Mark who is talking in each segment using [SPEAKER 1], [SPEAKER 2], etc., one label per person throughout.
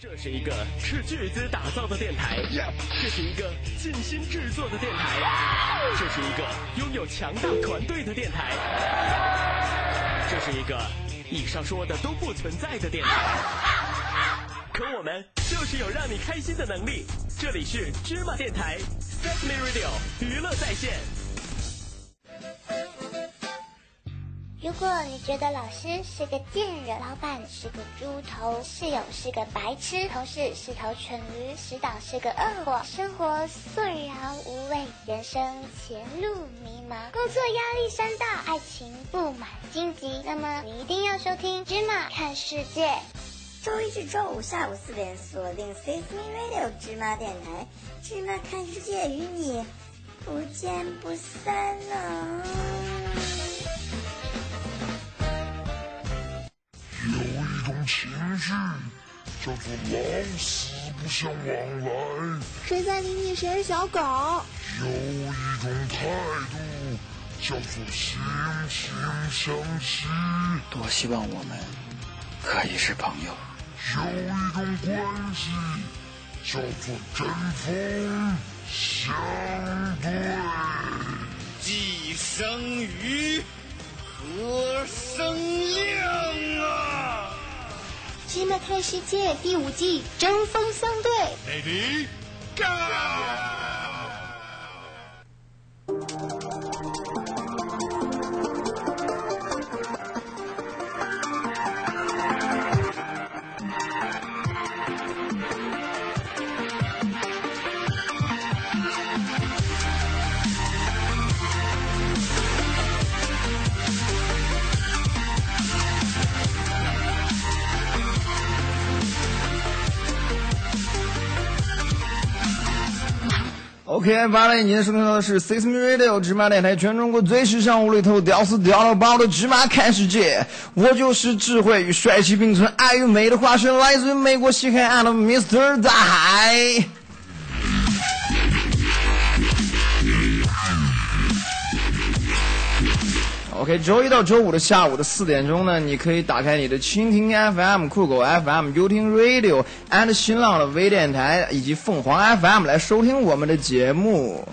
[SPEAKER 1] 这是一个斥巨资打造的电台，这是一个尽心制作的电台，这是一个拥有强大团队的电台，这是一个以上说的都不存在的电台。可我们就是有让你开心的能力。这里是芝麻电台 Family Radio 娱乐在线。
[SPEAKER 2] 如果你觉得老师是个贱人，老板是个猪头，室友是个白痴，同事是头蠢驴，石导是个恶果，生活素然无味，人生前路迷茫，工作压力山大，爱情布满荆棘，那么你一定要收听《芝麻看世界》，
[SPEAKER 3] 周一至周五下午四点，锁定 Save Me Radio 芝麻电台，芝麻看世界与你不见不散啊！
[SPEAKER 4] 有一种情绪叫做老死不相往来，
[SPEAKER 5] 谁在理你谁是小狗。
[SPEAKER 4] 有一种态度叫做惺惺相惜，
[SPEAKER 6] 多希望我们可以是朋友。
[SPEAKER 4] 有一种关系叫做针锋相对，
[SPEAKER 7] 既生瑜，何生亮啊！
[SPEAKER 8] 《芝麻看世界》第五季针锋相对。
[SPEAKER 7] Ready go！
[SPEAKER 9] OK，八零，您收听到的是 Six Me Radio 芝麻电台，全中国最时尚、无厘头、屌丝屌到爆的芝麻看世界。我就是智慧与帅气并存、爱与美的化身，来自于美国西海岸的 Mr. 大海。OK，周一到周五的下午的四点钟呢，你可以打开你的蜻蜓 FM、酷狗 FM、优听 Radio and 新浪的微电台以及凤凰 FM 来收听我们的节目。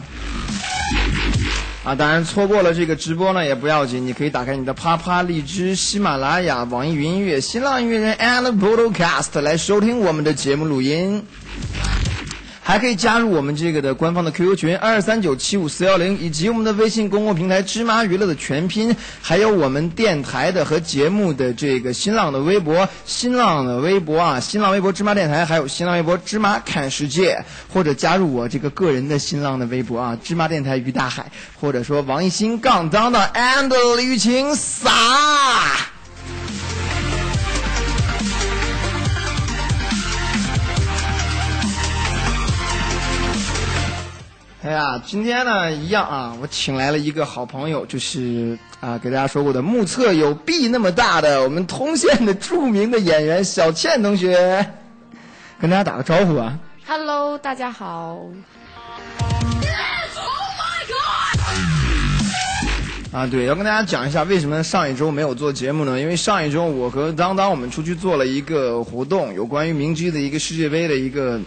[SPEAKER 9] 啊，当然错过了这个直播呢也不要紧，你可以打开你的啪啪、荔枝、喜马拉雅、网易云音乐、新浪音乐人 and Podcast 来收听我们的节目录音。还可以加入我们这个的官方的 QQ 群二三九七五四幺零，以及我们的微信公共平台“芝麻娱乐”的全拼，还有我们电台的和节目的这个新浪的微博、新浪的微博啊，新浪微博芝麻电台，还有新浪微博芝麻看世界，或者加入我这个个人的新浪的微博啊，芝麻电台于大海，或者说王一新杠当当 and 李雨晴撒。哎呀，今天呢一样啊，我请来了一个好朋友，就是啊给大家说过的目测有 B 那么大的我们通县的著名的演员小倩同学，跟大家打个招呼啊。
[SPEAKER 10] Hello，大家好。
[SPEAKER 9] 啊，对，要跟大家讲一下为什么上一周没有做节目呢？因为上一周我和当当我们出去做了一个活动，有关于明基的一个世界杯的一个，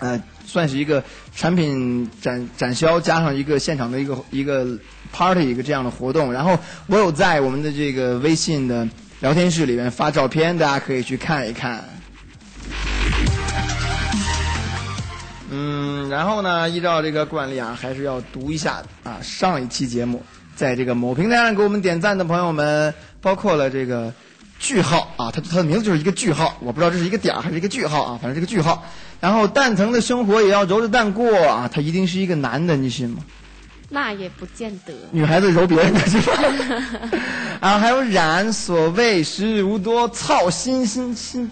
[SPEAKER 9] 呃，算是一个产品展展销加上一个现场的一个一个 party 一个这样的活动。然后我有在我们的这个微信的聊天室里面发照片，大家可以去看一看。嗯，然后呢，依照这个惯例啊，还是要读一下啊上一期节目。在这个某平台上给我们点赞的朋友们，包括了这个句号啊，他他的名字就是一个句号，我不知道这是一个点还是一个句号啊，反正是个句号。然后蛋疼的生活也要揉着蛋过啊，他一定是一个男的，你信吗？
[SPEAKER 10] 那也不见得，
[SPEAKER 9] 女孩子揉别人的是吧？ 啊，还有冉所谓时日无多，操心心心，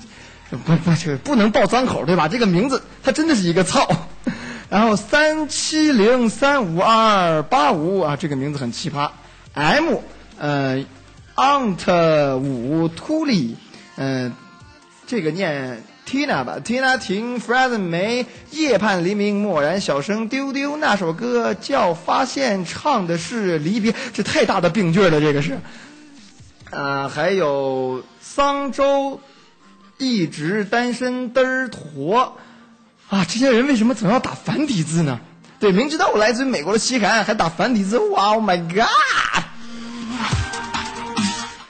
[SPEAKER 9] 不不这个不能爆脏口对吧？这个名字他真的是一个操。 然后三七零三五二八五五啊，这个名字很奇葩。M 呃，aunt 五 Tuli，嗯、呃，这个念 Tina 吧，Tina 婷 f r e d 梅，夜盼黎明，蓦然小声丢丢，那首歌叫发现，唱的是离别，这太大的病句了，这个是。啊、呃，还有桑州一直单身嘚儿驼，啊，这些人为什么总要打繁体字呢？对，明知道我来自于美国的西海岸，还打繁体字，哇，Oh my god！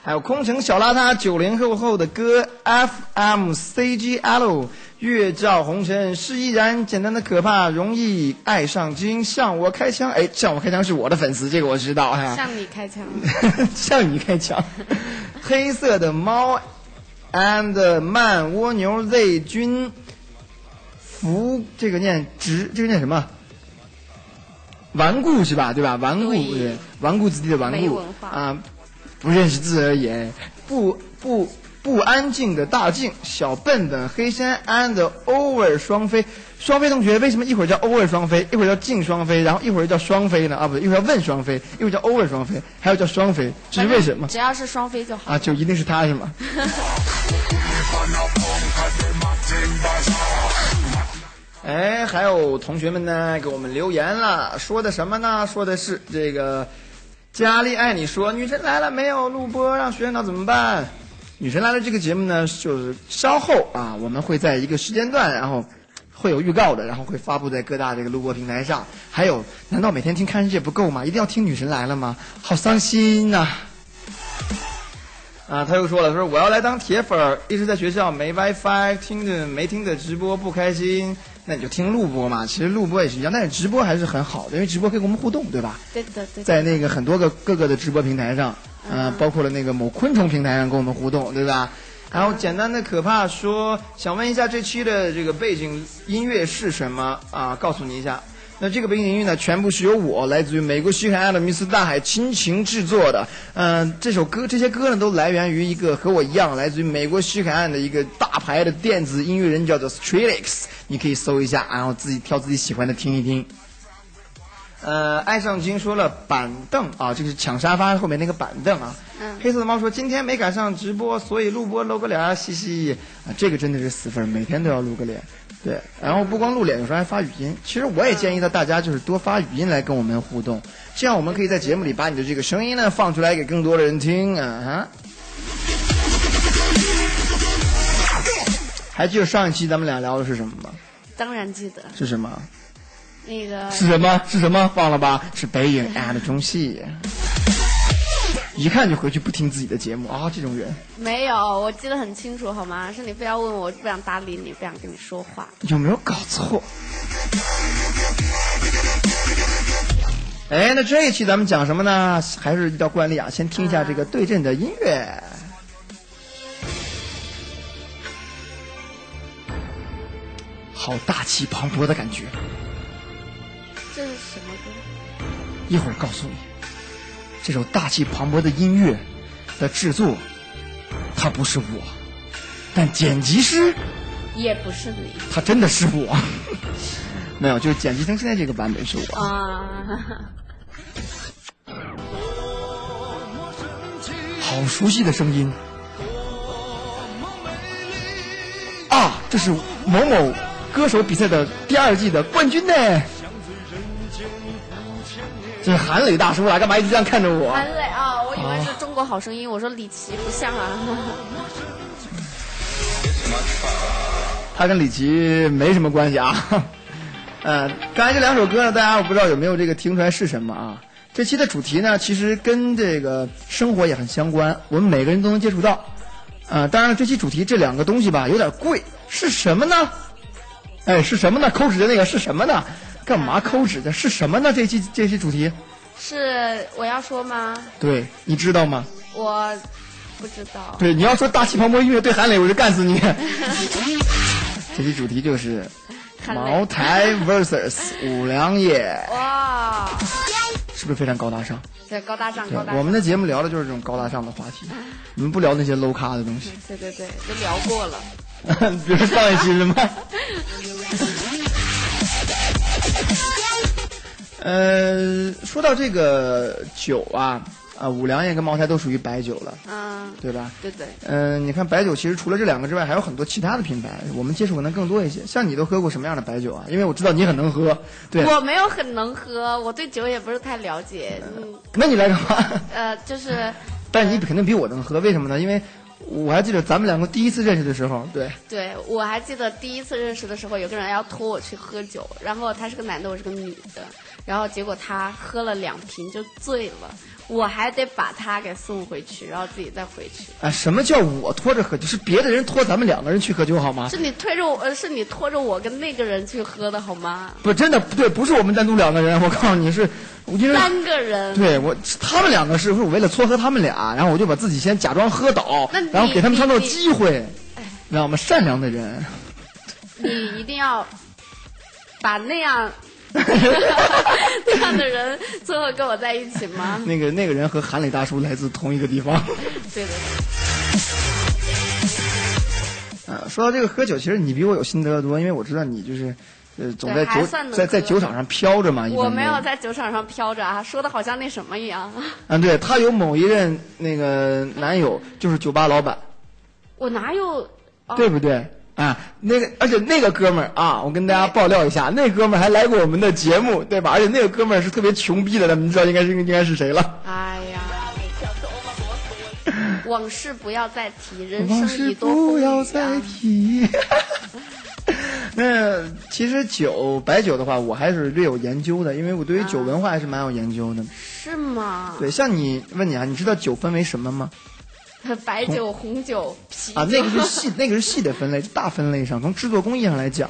[SPEAKER 9] 还有空乘小邋遢九零后后的歌 FM CGL，月照红尘是依然简单的可怕，容易爱上精，向我开枪。哎，向我开枪是我的粉丝，这个我知道哈。
[SPEAKER 10] 向你开枪，
[SPEAKER 9] 向你开枪。黑色的猫，and 慢蜗牛 Z 君，福这个念直，这个念什么？顽固是吧？对吧？顽固
[SPEAKER 10] 对，
[SPEAKER 9] 顽固子弟的顽
[SPEAKER 10] 没
[SPEAKER 9] 固
[SPEAKER 10] 文化
[SPEAKER 9] 啊。不认识字而已。不不不安静的大静，小笨笨黑山安的欧尔双飞，双飞同学为什么一会儿叫欧尔双飞，一会儿叫静双飞，然后一会儿又叫双飞呢？啊，不对，一会儿叫问双飞，一会儿叫欧尔双飞，还有叫双飞，这 是为什么？
[SPEAKER 10] 只要是双飞就好。
[SPEAKER 9] 啊，就一定是他是吗？ 哎，还有同学们呢，给我们留言了，说的什么呢？说的是这个佳丽爱你说女神来了没有？录播让学生党怎么办？女神来了这个节目呢，就是稍后啊，我们会在一个时间段，然后会有预告的，然后会发布在各大这个录播平台上。还有，难道每天听看世界不够吗？一定要听女神来了吗？好伤心呐、啊，他又说了，说我要来当铁粉儿，一直在学校没 WiFi，听着没听着直播不开心，那你就听录播嘛。其实录播也是一样，但是直播还是很好的，因为直播可以跟我们互动，对吧？
[SPEAKER 10] 对的，对的。嗯
[SPEAKER 9] 在那个很多个各个的直播平台上，呃，包括了那个某昆虫平台上跟我们互动，对吧？然后简单的可怕说，想问一下这期的这个背景音乐是什么啊？告诉你一下。那这个背景音乐呢，全部是由我来自于美国西海岸的密斯大海亲情制作的。嗯、这首歌这些歌呢，都来源于一个和我一样来自于美国西海岸的一个大牌的电子音乐人，叫做 Strelix，你可以搜一下，然后自己挑自己喜欢的听一听。呃，爱上君说了板凳啊，就是抢沙发后面那个板凳啊。
[SPEAKER 10] 嗯
[SPEAKER 9] 黑色的猫说今天没赶上直播，所以录播露个脸儿，嘻嘻。啊，这个真的是死粉，每天都要露个脸。对，然后不光露脸，有时候还发语音。其实我也建议到大家就是多发语音来跟我们互动，这样我们可以在节目里把你的这个声音呢放出来给更多的人听啊哈。还记得上一期咱们俩聊的是什么吗？
[SPEAKER 10] 当然记得
[SPEAKER 9] 是什么？
[SPEAKER 10] 那个
[SPEAKER 9] 是什么？是什么？忘了吧？是北影 and 中戏。一看就回去不听自己的节目啊、这种人
[SPEAKER 10] 没有，我记得很清楚，好吗？是你非要问我，我不想搭理你，不想跟你说话。
[SPEAKER 9] 有没有搞错？哎，那这一期咱们讲什么呢？还是依照惯例啊，先听一下这个对阵的音乐。好大气磅礴的感觉，
[SPEAKER 10] 这是什么歌？
[SPEAKER 9] 一会儿告诉你，这首大气磅礴的音乐的制作，它不是我，但剪辑师
[SPEAKER 10] 也不是你
[SPEAKER 9] 他真的是我， 没有，就是剪辑成现在这个版本是我。
[SPEAKER 10] 啊！
[SPEAKER 9] 好熟悉的声音啊！这是某某歌手比赛的第二季的冠军呢。这是韩磊大叔啊，干嘛一直这样看着我？
[SPEAKER 10] 韩磊啊，我以为是中国好声音，我说李琦不像啊。
[SPEAKER 9] 他跟李琦没什么关系啊。 呃，刚才这两首歌呢，大家我不知道有没有这个听出来是什么啊？这期的主题呢，其实跟这个生活也很相关，我们每个人都能接触到。呃，当然了这期主题这两个东西吧，有点贵，是什么呢？哎，是什么呢？抠指的那个是什么呢？干嘛抠指的？是什么呢？这期这期主题，
[SPEAKER 10] 是我要说吗？
[SPEAKER 9] 对，你知道吗？
[SPEAKER 10] 我不知道。
[SPEAKER 9] 对，你要说大气磅礴音乐对韩磊，我就干死 你。这期主题就是
[SPEAKER 10] 韩磊
[SPEAKER 9] 茅台 vs 五粮液，
[SPEAKER 10] 哇，
[SPEAKER 9] 是不是非常高大上？
[SPEAKER 10] 对，高大上，
[SPEAKER 9] 对
[SPEAKER 10] 高大，上。
[SPEAKER 9] 我们的节目聊的就是这种高大上的话 题，你们不聊那些 low 咖的东西，
[SPEAKER 10] 对对对，都聊过了。
[SPEAKER 9] 比如上一期 什么。呃，说到这个酒啊，啊，五粮液跟茅台都属于白酒了，
[SPEAKER 10] 嗯，
[SPEAKER 9] 对吧？
[SPEAKER 10] 对对，
[SPEAKER 9] 嗯、你看白酒其实除了这两个之外，还有很多其他的品牌，我们接触可能更多一些。像你都喝过什么样的白酒啊？因为我知道你很能喝，对，
[SPEAKER 10] 我没有很能喝，我对酒也不是太了解。嗯，
[SPEAKER 9] 那你来干嘛？
[SPEAKER 10] 呃，就是
[SPEAKER 9] 但是你肯定比我能喝，为什么呢？因为我还记得咱们两个第一次认识的时候，对，
[SPEAKER 10] 对我还记得第一次认识的时候，有个人要拖我去喝酒，然后他是个男的，我是个女的，然后结果他喝了两瓶就醉了，我还得把他给送回去，然后自己再回去。
[SPEAKER 9] 哎，什么叫我拖着喝酒？是别的人拖咱们两个人去喝酒好吗
[SPEAKER 10] 是？你推着我，呃是你拖着我跟那个人去喝的好吗？
[SPEAKER 9] 不，真的不对，不是我们单独两个人，我告诉你是，我因为
[SPEAKER 10] 三个人。
[SPEAKER 9] 对我，他们两个是我为了撮合他们俩，然后我就把自己先假装喝倒
[SPEAKER 10] 那你，
[SPEAKER 9] 然后给他们创造
[SPEAKER 10] 你哎
[SPEAKER 9] 机会，你知道吗？善良的 人，
[SPEAKER 10] 你一定要把 那样 那样的人最后跟我在一起吗？
[SPEAKER 9] 那个那个人和韩磊大叔来自同一个地方。
[SPEAKER 10] 对的。
[SPEAKER 9] 呃，说到这个喝酒，其实你比我有心得的多，因为我知道你就是，呃，总在
[SPEAKER 10] 对还
[SPEAKER 9] 酒
[SPEAKER 10] 算能
[SPEAKER 9] 在在
[SPEAKER 10] 喝
[SPEAKER 9] 酒场上飘着嘛。一般
[SPEAKER 10] 我没
[SPEAKER 9] 都
[SPEAKER 10] 有在酒场上飘着啊，说的好像那什么一样。
[SPEAKER 9] 啊，对她有某一任那个男友就是酒吧老板，
[SPEAKER 10] 我哪有？哦
[SPEAKER 9] 对不对？啊，那个，而且那个哥们儿啊，我跟大家爆料一下，那哥们儿还来过我们的节目，对吧？而且那个哥们儿是特别穷逼的，咱们知道应该是应该是谁了。
[SPEAKER 10] 哎呀，往事不要再提，人
[SPEAKER 9] 往
[SPEAKER 10] 生
[SPEAKER 9] 事
[SPEAKER 10] 已多风
[SPEAKER 9] 不
[SPEAKER 10] 雨
[SPEAKER 9] 要
[SPEAKER 10] 啊
[SPEAKER 9] 再提。 那其实酒白酒的话，我还是略有研究的，因为我对于酒文化还是蛮有研究的。
[SPEAKER 10] 是吗？
[SPEAKER 9] 对，像你问你啊，你知道酒分为什么吗？
[SPEAKER 10] 白酒、红酒、啤酒。
[SPEAKER 9] 啊，那个是细，那个是细的分类，就大分类上，从制作工艺上来讲，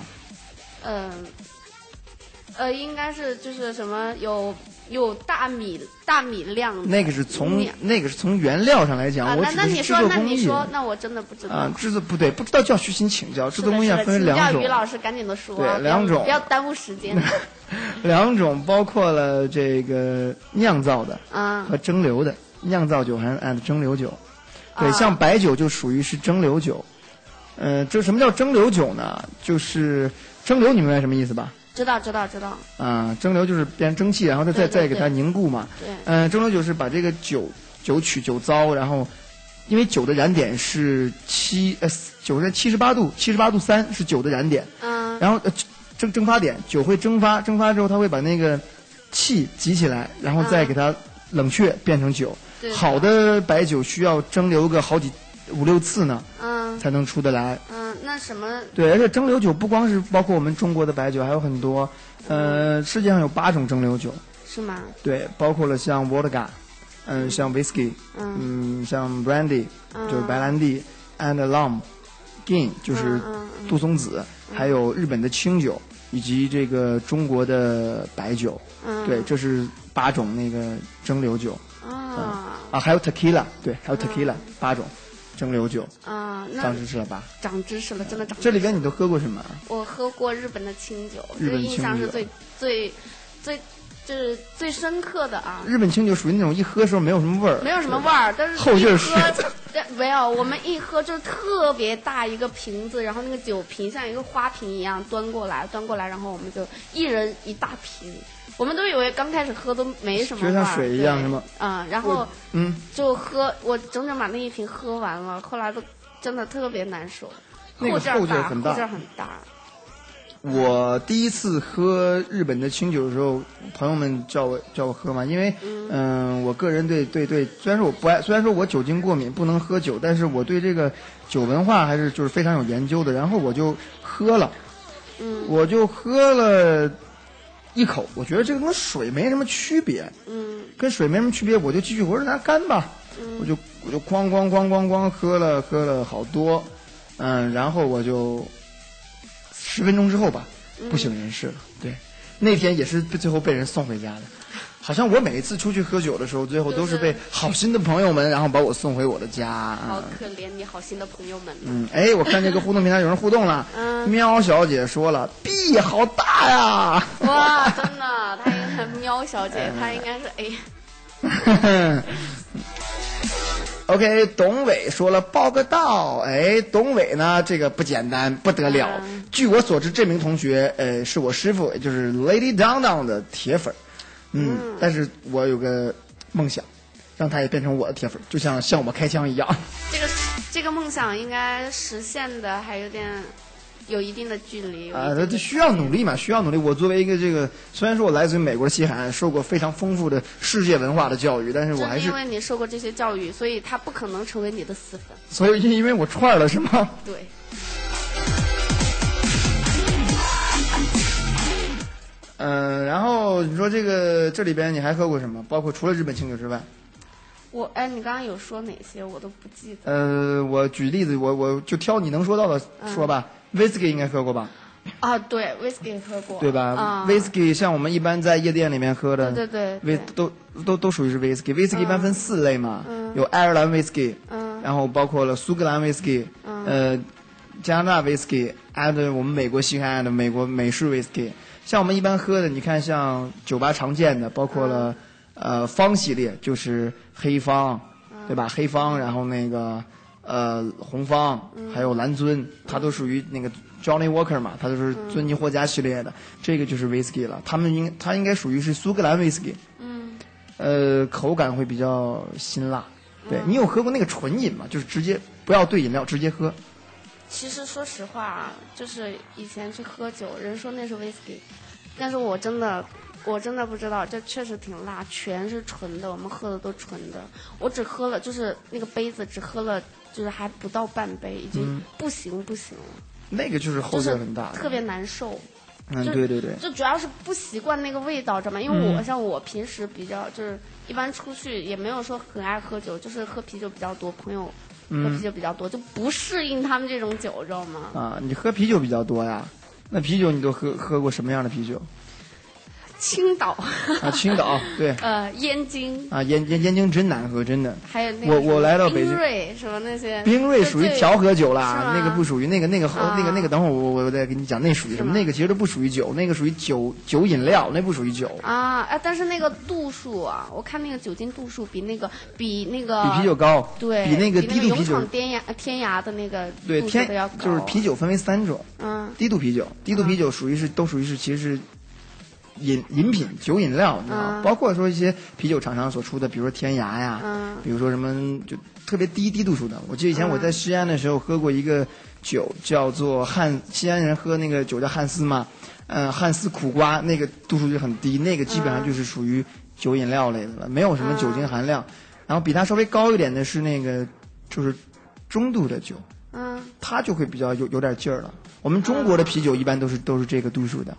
[SPEAKER 10] 嗯，呃，应该是就是什么有有大米大米量的
[SPEAKER 9] 那个是从
[SPEAKER 10] 面
[SPEAKER 9] 那个是从原料上来讲，
[SPEAKER 10] 啊，
[SPEAKER 9] 我
[SPEAKER 10] 那
[SPEAKER 9] 指
[SPEAKER 10] 那
[SPEAKER 9] 的
[SPEAKER 10] 你
[SPEAKER 9] 是制
[SPEAKER 10] 说
[SPEAKER 9] 作
[SPEAKER 10] 那
[SPEAKER 9] 工
[SPEAKER 10] 你
[SPEAKER 9] 艺。
[SPEAKER 10] 说，那我真的不知道。
[SPEAKER 9] 啊，制作不对，不知道就要虚心请教。制
[SPEAKER 10] 是
[SPEAKER 9] 作
[SPEAKER 10] 的
[SPEAKER 9] 工艺
[SPEAKER 10] 是
[SPEAKER 9] 上
[SPEAKER 10] 的
[SPEAKER 9] 分为
[SPEAKER 10] 请
[SPEAKER 9] 两
[SPEAKER 10] 教于
[SPEAKER 9] 种，
[SPEAKER 10] 老师赶紧的说啊，
[SPEAKER 9] 对
[SPEAKER 10] 不要
[SPEAKER 9] 两种
[SPEAKER 10] 不要耽误时间
[SPEAKER 9] 两种包括了这个酿造的
[SPEAKER 10] 啊
[SPEAKER 9] 和。蒸馏的。酿造酒还是按蒸馏酒，对，
[SPEAKER 10] 啊
[SPEAKER 9] 像白酒就属于是蒸馏酒。呃，这什么叫蒸馏酒呢？就是蒸馏，你明白什么意思吧？
[SPEAKER 10] 知道知道知道，
[SPEAKER 9] 啊，蒸馏就是变成蒸汽，然后再再
[SPEAKER 10] 对对
[SPEAKER 9] 再给它
[SPEAKER 10] 对
[SPEAKER 9] 凝固嘛。
[SPEAKER 10] 对，
[SPEAKER 9] 嗯、蒸馏酒是把这个酒酒曲酒糟，然后因为酒的燃点是七呃酒是七十八度，七十八度三是酒的燃点，
[SPEAKER 10] 嗯
[SPEAKER 9] 然后呃蒸蒸发点，酒会蒸发，蒸发之后它会把那个气集起来，然后再
[SPEAKER 10] 嗯
[SPEAKER 9] 给它冷却变成酒。
[SPEAKER 10] 对
[SPEAKER 9] 好的白酒需要蒸馏个好几五六次呢，
[SPEAKER 10] 嗯
[SPEAKER 9] 才能出得来。
[SPEAKER 10] 嗯，那什么
[SPEAKER 9] 对，而且蒸馏酒不光是包括我们中国的白酒，还有很多，呃，世界上有八种蒸馏酒，
[SPEAKER 10] 是吗？
[SPEAKER 9] 对，包括了像 vodka，嗯、像 whisky，
[SPEAKER 10] 嗯
[SPEAKER 9] 嗯，像 brandy
[SPEAKER 10] 嗯
[SPEAKER 9] 就是白兰地，and rum gin 就是
[SPEAKER 10] 嗯嗯嗯
[SPEAKER 9] 杜松子，还有日本的清酒，以及这个中国的白酒，
[SPEAKER 10] 嗯，
[SPEAKER 9] 对，这是八种那个蒸馏酒
[SPEAKER 10] 啊
[SPEAKER 9] 啊，还有 tequila，对，还有 tequila 八种蒸馏酒，
[SPEAKER 10] 啊，嗯那
[SPEAKER 9] 长知识了吧？
[SPEAKER 10] 长知识了，真的长知识
[SPEAKER 9] 这里边你都喝过什么？
[SPEAKER 10] 我喝过日本的清酒，
[SPEAKER 9] 日
[SPEAKER 10] 这个
[SPEAKER 9] 本
[SPEAKER 10] 印
[SPEAKER 9] 清
[SPEAKER 10] 象是
[SPEAKER 9] 酒
[SPEAKER 10] 最最最就是最深刻的啊，
[SPEAKER 9] 日本清酒属于那种一喝时候没有什么味儿，
[SPEAKER 10] 没有什么味儿，但是
[SPEAKER 9] 后
[SPEAKER 10] 一
[SPEAKER 9] 劲儿
[SPEAKER 10] 喝
[SPEAKER 9] 是
[SPEAKER 10] 对没有，我们一喝就是特别大一个瓶子，然后那个酒瓶像一个花瓶一样端过来，端过来，然后我们就一人一大瓶，我们都以为刚开始喝都没什么
[SPEAKER 9] 觉
[SPEAKER 10] 味
[SPEAKER 9] 得
[SPEAKER 10] 儿，
[SPEAKER 9] 像水一样
[SPEAKER 10] 对
[SPEAKER 9] 是吗？
[SPEAKER 10] 嗯，然
[SPEAKER 9] 我
[SPEAKER 10] 后
[SPEAKER 9] 嗯，
[SPEAKER 10] 就喝，我整整把那一瓶喝完了，后来都真的特别难受，
[SPEAKER 9] 那个
[SPEAKER 10] 后劲
[SPEAKER 9] 后
[SPEAKER 10] 儿
[SPEAKER 9] 劲儿
[SPEAKER 10] 大，
[SPEAKER 9] 很
[SPEAKER 10] 后
[SPEAKER 9] 大
[SPEAKER 10] 劲儿很大，
[SPEAKER 9] 我第一次喝日本的清酒的时候，朋友们叫我叫我喝嘛，因为嗯、我个人对对对，虽然说我不爱，虽然说我酒精过敏不能喝酒，但是我对这个酒文化还是就是非常有研究的。然后我就喝了，
[SPEAKER 10] 嗯
[SPEAKER 9] 我就喝了一口，我觉得这个跟水没什么区别，
[SPEAKER 10] 嗯
[SPEAKER 9] 跟水没什么区别，我就继续我说拿干吧，我就我就哐哐哐哐哐喝了喝了好多，嗯，然后我就十分钟之后吧，
[SPEAKER 10] 嗯
[SPEAKER 9] 不省人事了。对，那天也是被最后被人送回家的。好像我每一次出去喝酒的时候，最后都是被好心的朋友们，然后把我送回我的家。
[SPEAKER 10] 好
[SPEAKER 9] 嗯
[SPEAKER 10] 可怜你好心的朋友们呐。
[SPEAKER 9] 嗯，哎，我看这个互动平台有人互动了，
[SPEAKER 10] 嗯
[SPEAKER 9] 喵小姐说了，币好大呀！
[SPEAKER 10] 哇，真的，她应该是喵小姐，她应该是哎，
[SPEAKER 9] OK，董伟说了报个到，哎，董伟呢，这个不简单，不得了。
[SPEAKER 10] 嗯
[SPEAKER 9] 据我所知，这名同学，呃，是我师傅，也就是 Lady Down Down 的铁粉儿，嗯，但是我有个梦想，让他也变成我的铁粉儿，就像向我开枪一样。
[SPEAKER 10] 这个这个梦想应该实现的还有点有一定的距离
[SPEAKER 9] 啊，这、呃、需要努力嘛，需要努力。我作为一个这个，虽然说我来自于美国的西海岸，受过非常丰富的世界文化的教育，但是我还是
[SPEAKER 10] 因为你受过这些教育，所以他不可能成为你的死粉。
[SPEAKER 9] 所以因为我串了是吗？
[SPEAKER 10] 对。
[SPEAKER 9] 嗯、呃，然后你说这个这里边你还喝过什么？包括除了日本清酒之外。
[SPEAKER 10] 我哎，你刚刚有说哪些？我都不记得。
[SPEAKER 9] 呃，我举例子，我我就挑你能说到的说吧。Whisky、嗯、应该喝过吧？
[SPEAKER 10] 啊，对，Whisky 喝过。
[SPEAKER 9] 对吧？Whisky、嗯、像我们一般在夜店里面喝的，
[SPEAKER 10] 啊对对对，嗯
[SPEAKER 9] 都都都属于是 Whisky。Whisky 一般分四类嘛，嗯、有爱尔兰 Whisky，然后包括了苏格兰 Whisky，呃，
[SPEAKER 10] 嗯
[SPEAKER 9] 加拿大 Whisky，还有我们美国西海岸的美国美式 Whisky。像我们一般喝的，你看像酒吧常见的，包括了。
[SPEAKER 10] 嗯
[SPEAKER 9] 呃，方系列就是黑方，对吧？黑方，然后那个呃红方，
[SPEAKER 10] 嗯
[SPEAKER 9] 还有蓝樽，它都属于那个 Johnny Walker 嘛，它都是
[SPEAKER 10] 嗯
[SPEAKER 9] 尊尼霍加系列的。这个就是 Whisky 了，他们应它应该属于是苏格兰 Whisky。
[SPEAKER 10] 嗯。
[SPEAKER 9] 呃，口感会比较辛辣。对你有喝过那个纯饮吗？就是直接不要兑饮料，直接喝。
[SPEAKER 10] 其实说实话啊，就是以前去喝酒，人说那是 Whisky，但是我真的。我真的不知道，这确实挺辣，全是纯的，我们喝的都纯的。我只喝了，就是那个杯子只喝了，就是还不到半杯，已经不行不行了。
[SPEAKER 9] 嗯、那个就是嗯后劲很大，
[SPEAKER 10] 特别难受。
[SPEAKER 9] 嗯，对对对，
[SPEAKER 10] 就主要是不习惯那个味道，知道吗？因为我、嗯、像我平时比较就是一般出去也没有说很爱喝酒，就是喝啤酒比较多，朋友喝
[SPEAKER 9] 嗯
[SPEAKER 10] 啤酒比较多，就不适应他们这种酒，知道吗？
[SPEAKER 9] 啊，你喝啤酒比较多呀？那啤酒你都喝喝过什么样的啤酒？
[SPEAKER 10] 青岛
[SPEAKER 9] 啊，青 岛对，
[SPEAKER 10] 呃，燕京
[SPEAKER 9] 啊，燕燕燕京真难喝，真的。
[SPEAKER 10] 还有那
[SPEAKER 9] 我我来到北京，
[SPEAKER 10] 冰瑞什么那些，
[SPEAKER 9] 冰瑞属于调和酒啦，那个不属于那个那个喝、啊、那个那个，等会儿我我再给你讲，那属于什么？那个其实都不属于酒，那个属于酒酒饮料，那不属于酒
[SPEAKER 10] 啊哎、啊，但是那个度数啊，我看那个酒精度数比那个比那个
[SPEAKER 9] 比啤酒高，
[SPEAKER 10] 对，
[SPEAKER 9] 啊比那个低度啤酒。
[SPEAKER 10] 天涯呃天涯的那个
[SPEAKER 9] 对天
[SPEAKER 10] 就是
[SPEAKER 9] 啤酒分为三种，
[SPEAKER 10] 嗯，
[SPEAKER 9] 低度啤酒，低度啤酒属于是、嗯、都属于是其实是。饮饮品、酒饮料，你知道吗？嗯、包括说一些啤酒厂商所出的，比如说天涯呀，
[SPEAKER 10] 嗯、
[SPEAKER 9] 比如说什么就特别低低度数的。我记得以前我在西安的时候喝过一个酒，叫做汉，西安人喝那个酒叫汉斯嘛，嗯、呃，汉斯苦瓜，那个度数就很低，那个基本上就是属于酒饮料类的了，没有什么酒精含嗯量。嗯、然后比它稍微高一点的是那个就是中度的酒，
[SPEAKER 10] 嗯，
[SPEAKER 9] 它就会比较有有点劲儿了。我们中国的啤酒一般都是都是这个度数的。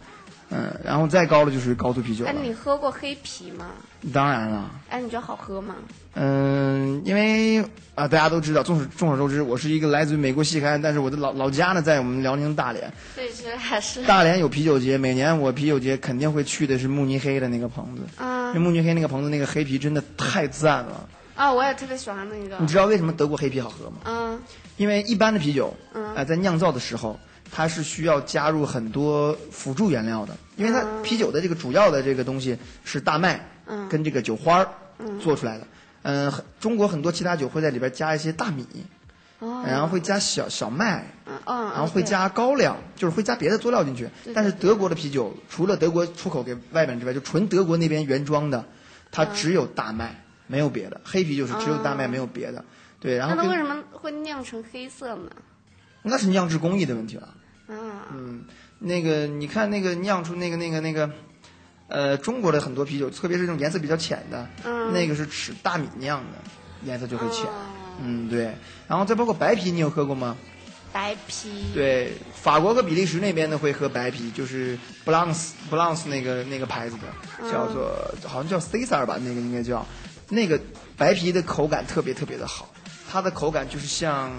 [SPEAKER 9] 嗯，然后再高的就是高度啤酒了。哎，
[SPEAKER 10] 你喝过黑啤吗？
[SPEAKER 9] 当然了。
[SPEAKER 10] 哎，你觉得好喝吗？
[SPEAKER 9] 嗯，因为啊、呃，大家都知道，众所众所周知，我是一个来自于美国西海岸，但是我的老老家呢在我们辽宁大连。
[SPEAKER 10] 所以是还是。
[SPEAKER 9] 大连有啤酒节，每年我啤酒节肯定会去的是慕尼黑的那个棚子。
[SPEAKER 10] 啊、嗯。
[SPEAKER 9] 那慕尼黑那个棚子那个黑啤真的太赞了。
[SPEAKER 10] 啊、哦，我也特别喜欢那个。
[SPEAKER 9] 你知道为什么德国黑啤好喝吗？
[SPEAKER 10] 嗯。
[SPEAKER 9] 因为一般的啤酒，
[SPEAKER 10] 嗯、
[SPEAKER 9] 呃，在酿造的时候。它是需要加入很多辅助原料的，因为它啤酒的这个主要的这个东西是大麦，
[SPEAKER 10] 嗯，
[SPEAKER 9] 跟这个酒花做出来的。嗯、呃，中国很多其他酒会在里边加一些大米，
[SPEAKER 10] 哦、
[SPEAKER 9] 然后会加小小麦，
[SPEAKER 10] 嗯、哦、
[SPEAKER 9] 哎然后会加高粱，就是会加别的佐料进去。但是德国的啤酒除了德国出口给外面之外，就纯德国那边原装
[SPEAKER 10] 嗯
[SPEAKER 9] 的，它只有大麦，嗯、没有别的。黑啤酒是只有大麦，
[SPEAKER 10] 哦、
[SPEAKER 9] 没有别的。对，然后
[SPEAKER 10] 那它为什么会酿成黑色呢？
[SPEAKER 9] 那是酿制工艺的问题了。
[SPEAKER 10] 啊，
[SPEAKER 9] 嗯，那个你看那个酿出那个那个那个，呃，中国的很多啤酒，特别是这种颜色比较浅的，
[SPEAKER 10] 嗯、
[SPEAKER 9] 那个是吃大米酿的，颜色就会浅。
[SPEAKER 10] 嗯,
[SPEAKER 9] 嗯，对。然后再包括白啤，你有喝过吗？
[SPEAKER 10] 白啤。
[SPEAKER 9] 对，法国和比利时那边的会喝白啤，就是 b l a n c b l a n c 那个那个牌子的，叫做、
[SPEAKER 10] 嗯、
[SPEAKER 9] 好像叫 Cesar 吧，那个应该叫，那个白啤的口感特别特别的好，它的口感就是像。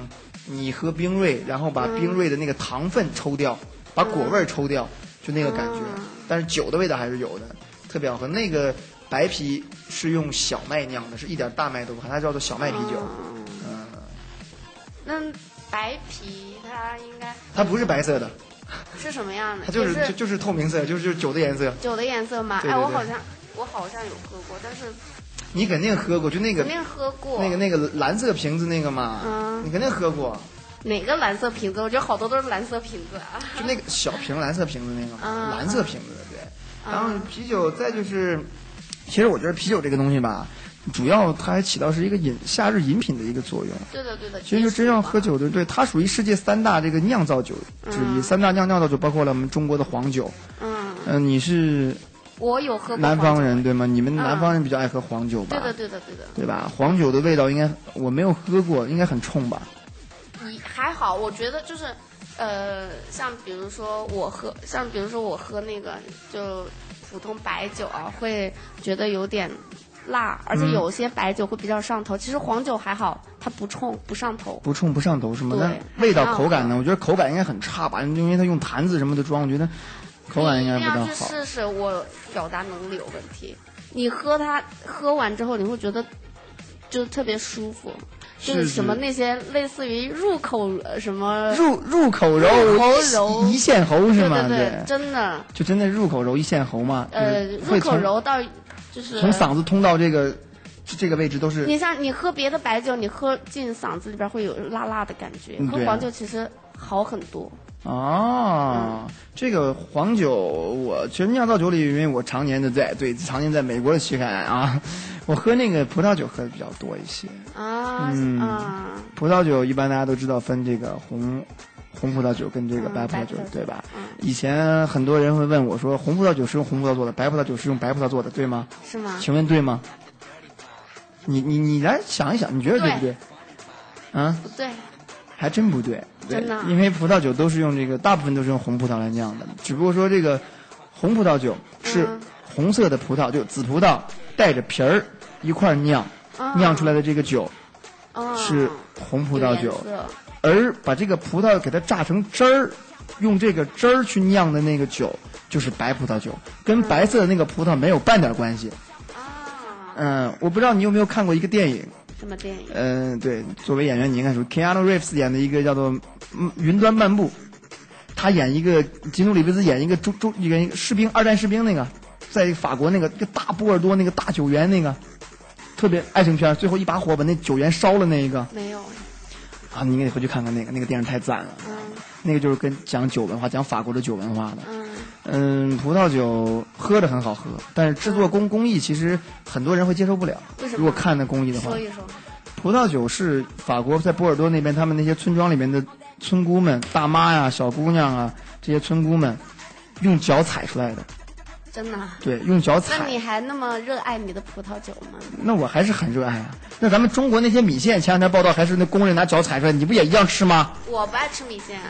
[SPEAKER 9] 你喝冰锐，然后把冰锐的那个糖分抽掉，
[SPEAKER 10] 嗯、
[SPEAKER 9] 把果味抽掉，就那个感觉。
[SPEAKER 10] 嗯、
[SPEAKER 9] 但是酒的味道还是有的，特别好喝。那个白啤是用小麦酿的，是一点大麦都不含，它叫做小麦啤酒。嗯，
[SPEAKER 10] 嗯那白啤它应该
[SPEAKER 9] 它不是白色的，
[SPEAKER 10] 是什么样的？
[SPEAKER 9] 它就是
[SPEAKER 10] 就
[SPEAKER 9] 就是透明色，就是就是酒的颜色。
[SPEAKER 10] 酒的颜色吗？
[SPEAKER 9] 对对对
[SPEAKER 10] 哎，我好像我好像有喝过，但是。
[SPEAKER 9] 你肯定喝过，就那个
[SPEAKER 10] 肯定喝过
[SPEAKER 9] 那个那个蓝色瓶子那个嘛，
[SPEAKER 10] 嗯、
[SPEAKER 9] 你肯定喝过。
[SPEAKER 10] 哪个蓝色瓶子？我觉得好多都是蓝色瓶子啊。
[SPEAKER 9] 就那个小瓶蓝色瓶子那个嘛，
[SPEAKER 10] 嗯、
[SPEAKER 9] 蓝色瓶子对。然后啤酒再就是，其实我觉得啤酒这个东西吧，主要它还起到是一个饮夏日饮品的一个作用。
[SPEAKER 10] 对的对的。
[SPEAKER 9] 其实就真正喝酒的，对它属于世界三大这个酿造酒之一，三大酿造酒包括了我们中国的黄酒。
[SPEAKER 10] 嗯。
[SPEAKER 9] 嗯，你是。
[SPEAKER 10] 我有喝
[SPEAKER 9] 南方人对吗？你们南方人比较爱喝黄酒吧？
[SPEAKER 10] 嗯对的，对的，对的。
[SPEAKER 9] 对吧？黄酒的味道应该我没有喝过，应该很冲吧？
[SPEAKER 10] 你嗯还好，我觉得就是，呃，像比如说我喝，像比如说我喝那个就普通白酒啊，会觉得有点辣，而且
[SPEAKER 9] 嗯
[SPEAKER 10] 有些白酒会比较上头。嗯、其实黄酒还好，它不冲不上头。
[SPEAKER 9] 不冲不上头是吗？那味道口感呢？我觉得口感应该很差吧，因为它用坛子什么的装，我觉得。口感应该不大好。
[SPEAKER 10] 去试试我表达能力有问题。你喝它，喝完之后你会觉得，就是特别舒服，就是什么那些类似于入口呃什么
[SPEAKER 9] 入入口
[SPEAKER 10] 柔
[SPEAKER 9] 一线喉是吗？
[SPEAKER 10] 对对，真的
[SPEAKER 9] 就真的入口柔一线喉嘛。
[SPEAKER 10] 呃，入口柔到就是
[SPEAKER 9] 从嗓子通到这个这个位置都是。
[SPEAKER 10] 你像你喝别的白酒，你喝进嗓子里边会有辣辣的感觉，
[SPEAKER 9] 嗯啊
[SPEAKER 10] 喝黄酒其实好很多。
[SPEAKER 9] 哦，嗯、这个黄酒，我其实酿造酒里，因为我常年的在对常年在美国的西海岸啊，我喝那个葡萄酒喝的比较多一些
[SPEAKER 10] 啊。嗯，啊、
[SPEAKER 9] 葡萄酒一般大家都知道分这个红红葡萄酒跟这个白葡萄酒，
[SPEAKER 10] 嗯、
[SPEAKER 9] 对吧？
[SPEAKER 10] 嗯、
[SPEAKER 9] 以前很多人会问我说，红葡萄酒是用红葡萄做的，白葡萄酒是用白葡萄做的，对吗？
[SPEAKER 10] 是吗？
[SPEAKER 9] 请问对吗？你你你来想一想，你觉得对不对？
[SPEAKER 10] 对
[SPEAKER 9] 啊？
[SPEAKER 10] 不对。
[SPEAKER 9] 还真不对，对，
[SPEAKER 10] 真的啊、
[SPEAKER 9] 因为葡萄酒都是用这个，大部分都是用红葡萄来酿的，只不过说这个红葡萄酒是红色的葡萄，嗯、就紫葡萄带着皮儿一块酿，
[SPEAKER 10] 哦、
[SPEAKER 9] 酿出来的这个酒、
[SPEAKER 10] 哦、
[SPEAKER 9] 是红葡萄酒，而把这个葡萄给它榨成汁儿，用这个汁儿去酿的那个酒就是白葡萄酒，跟白色的那个葡萄没有半点关系。嗯,嗯，我不知道你有没有看过一个电影。
[SPEAKER 10] 什啊么电影？
[SPEAKER 9] 嗯、呃，对，作为演员，你应该说 Keanu Reeves 演的一个叫呃做《云端漫步》，他演一个吉努里维斯演一个中中一个士兵，二战士兵那个，在法国那个一个大波尔多那个大酒园那个，特别爱情片，最后一把火把那酒园烧了那一个。
[SPEAKER 10] 没有。
[SPEAKER 9] 啊，你应该回去看看那个，那个电影太赞了。
[SPEAKER 10] 嗯。
[SPEAKER 9] 那个就是跟讲酒文化，讲法国的酒文化的。
[SPEAKER 10] 嗯。
[SPEAKER 9] 嗯，葡萄酒喝着很好喝，但是制作工、
[SPEAKER 10] 嗯、
[SPEAKER 9] 工艺其实很多人会接受不了。如果看的工艺的话，
[SPEAKER 10] 说一说。
[SPEAKER 9] 葡萄酒是法国在波尔多那边，他们那些村庄里面的村姑们、大妈呀、小姑娘啊，这些村姑们用脚踩出来的。
[SPEAKER 10] 真的、啊？
[SPEAKER 9] 对，用脚踩。
[SPEAKER 10] 那你还那么热爱你的葡萄酒吗？
[SPEAKER 9] 那我还是很热爱啊。那咱们中国那些米线，前两天报道还是那工人拿脚踩出来，你不也一样吃吗？
[SPEAKER 10] 我不爱吃米线、啊。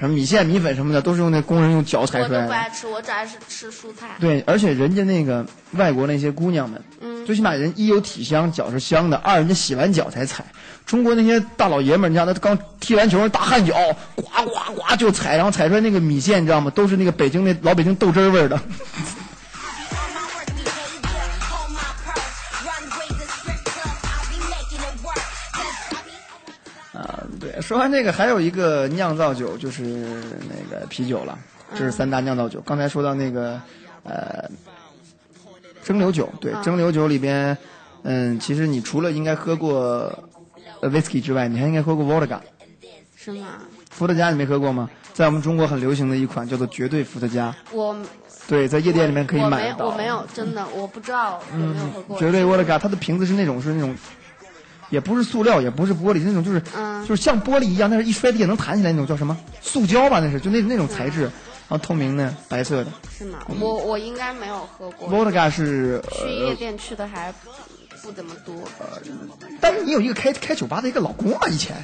[SPEAKER 9] 什么米线、米粉什么的，都是用那工人用脚踩出来的。
[SPEAKER 10] 我不爱吃，我只爱吃吃蔬菜。
[SPEAKER 9] 对，而且人家那个外国那些姑娘们，
[SPEAKER 10] 嗯，
[SPEAKER 9] 最起码人一有体香，脚是香的；二人家洗完脚才踩。中国那些大老爷们儿，你看他刚踢完球，大汗脚，呱呱呱就踩，然后踩出来那个米线，你知道吗？都是那个北京那老北京豆汁儿味儿的。说完这个，还有一个酿造酒，就是那个啤酒了，这
[SPEAKER 10] 嗯
[SPEAKER 9] 是三大酿造酒。刚才说到那个，呃，蒸馏酒，
[SPEAKER 10] 嗯
[SPEAKER 9] 对，蒸馏酒里边，嗯，其实你除了应该喝过呃 whisky 之外，你还应该喝过 vodka，
[SPEAKER 10] 是吗？
[SPEAKER 9] 伏特加你没喝过吗？在我们中国很流行的一款叫做绝对伏特加。
[SPEAKER 10] 我。
[SPEAKER 9] 对，在夜店里面可以买嗯
[SPEAKER 10] 到。我没有，真的我不知道有没有喝过。
[SPEAKER 9] 绝对 vodka，它的瓶子是那种是那种。也不是塑料，也不是玻璃，那种就是、
[SPEAKER 10] 嗯、
[SPEAKER 9] 就是像玻璃一样，但是一摔地也能弹起来那种，叫什么塑胶吧？那是就那那种材质，
[SPEAKER 10] 嗯、
[SPEAKER 9] 然后透明的，白色的。
[SPEAKER 10] 是吗？嗯、我我应该没有喝过。
[SPEAKER 9] Vodka 是
[SPEAKER 10] 去夜店去的还不怎么多。
[SPEAKER 9] 呃，但是你有一个开开酒吧的一个老公啊，以前。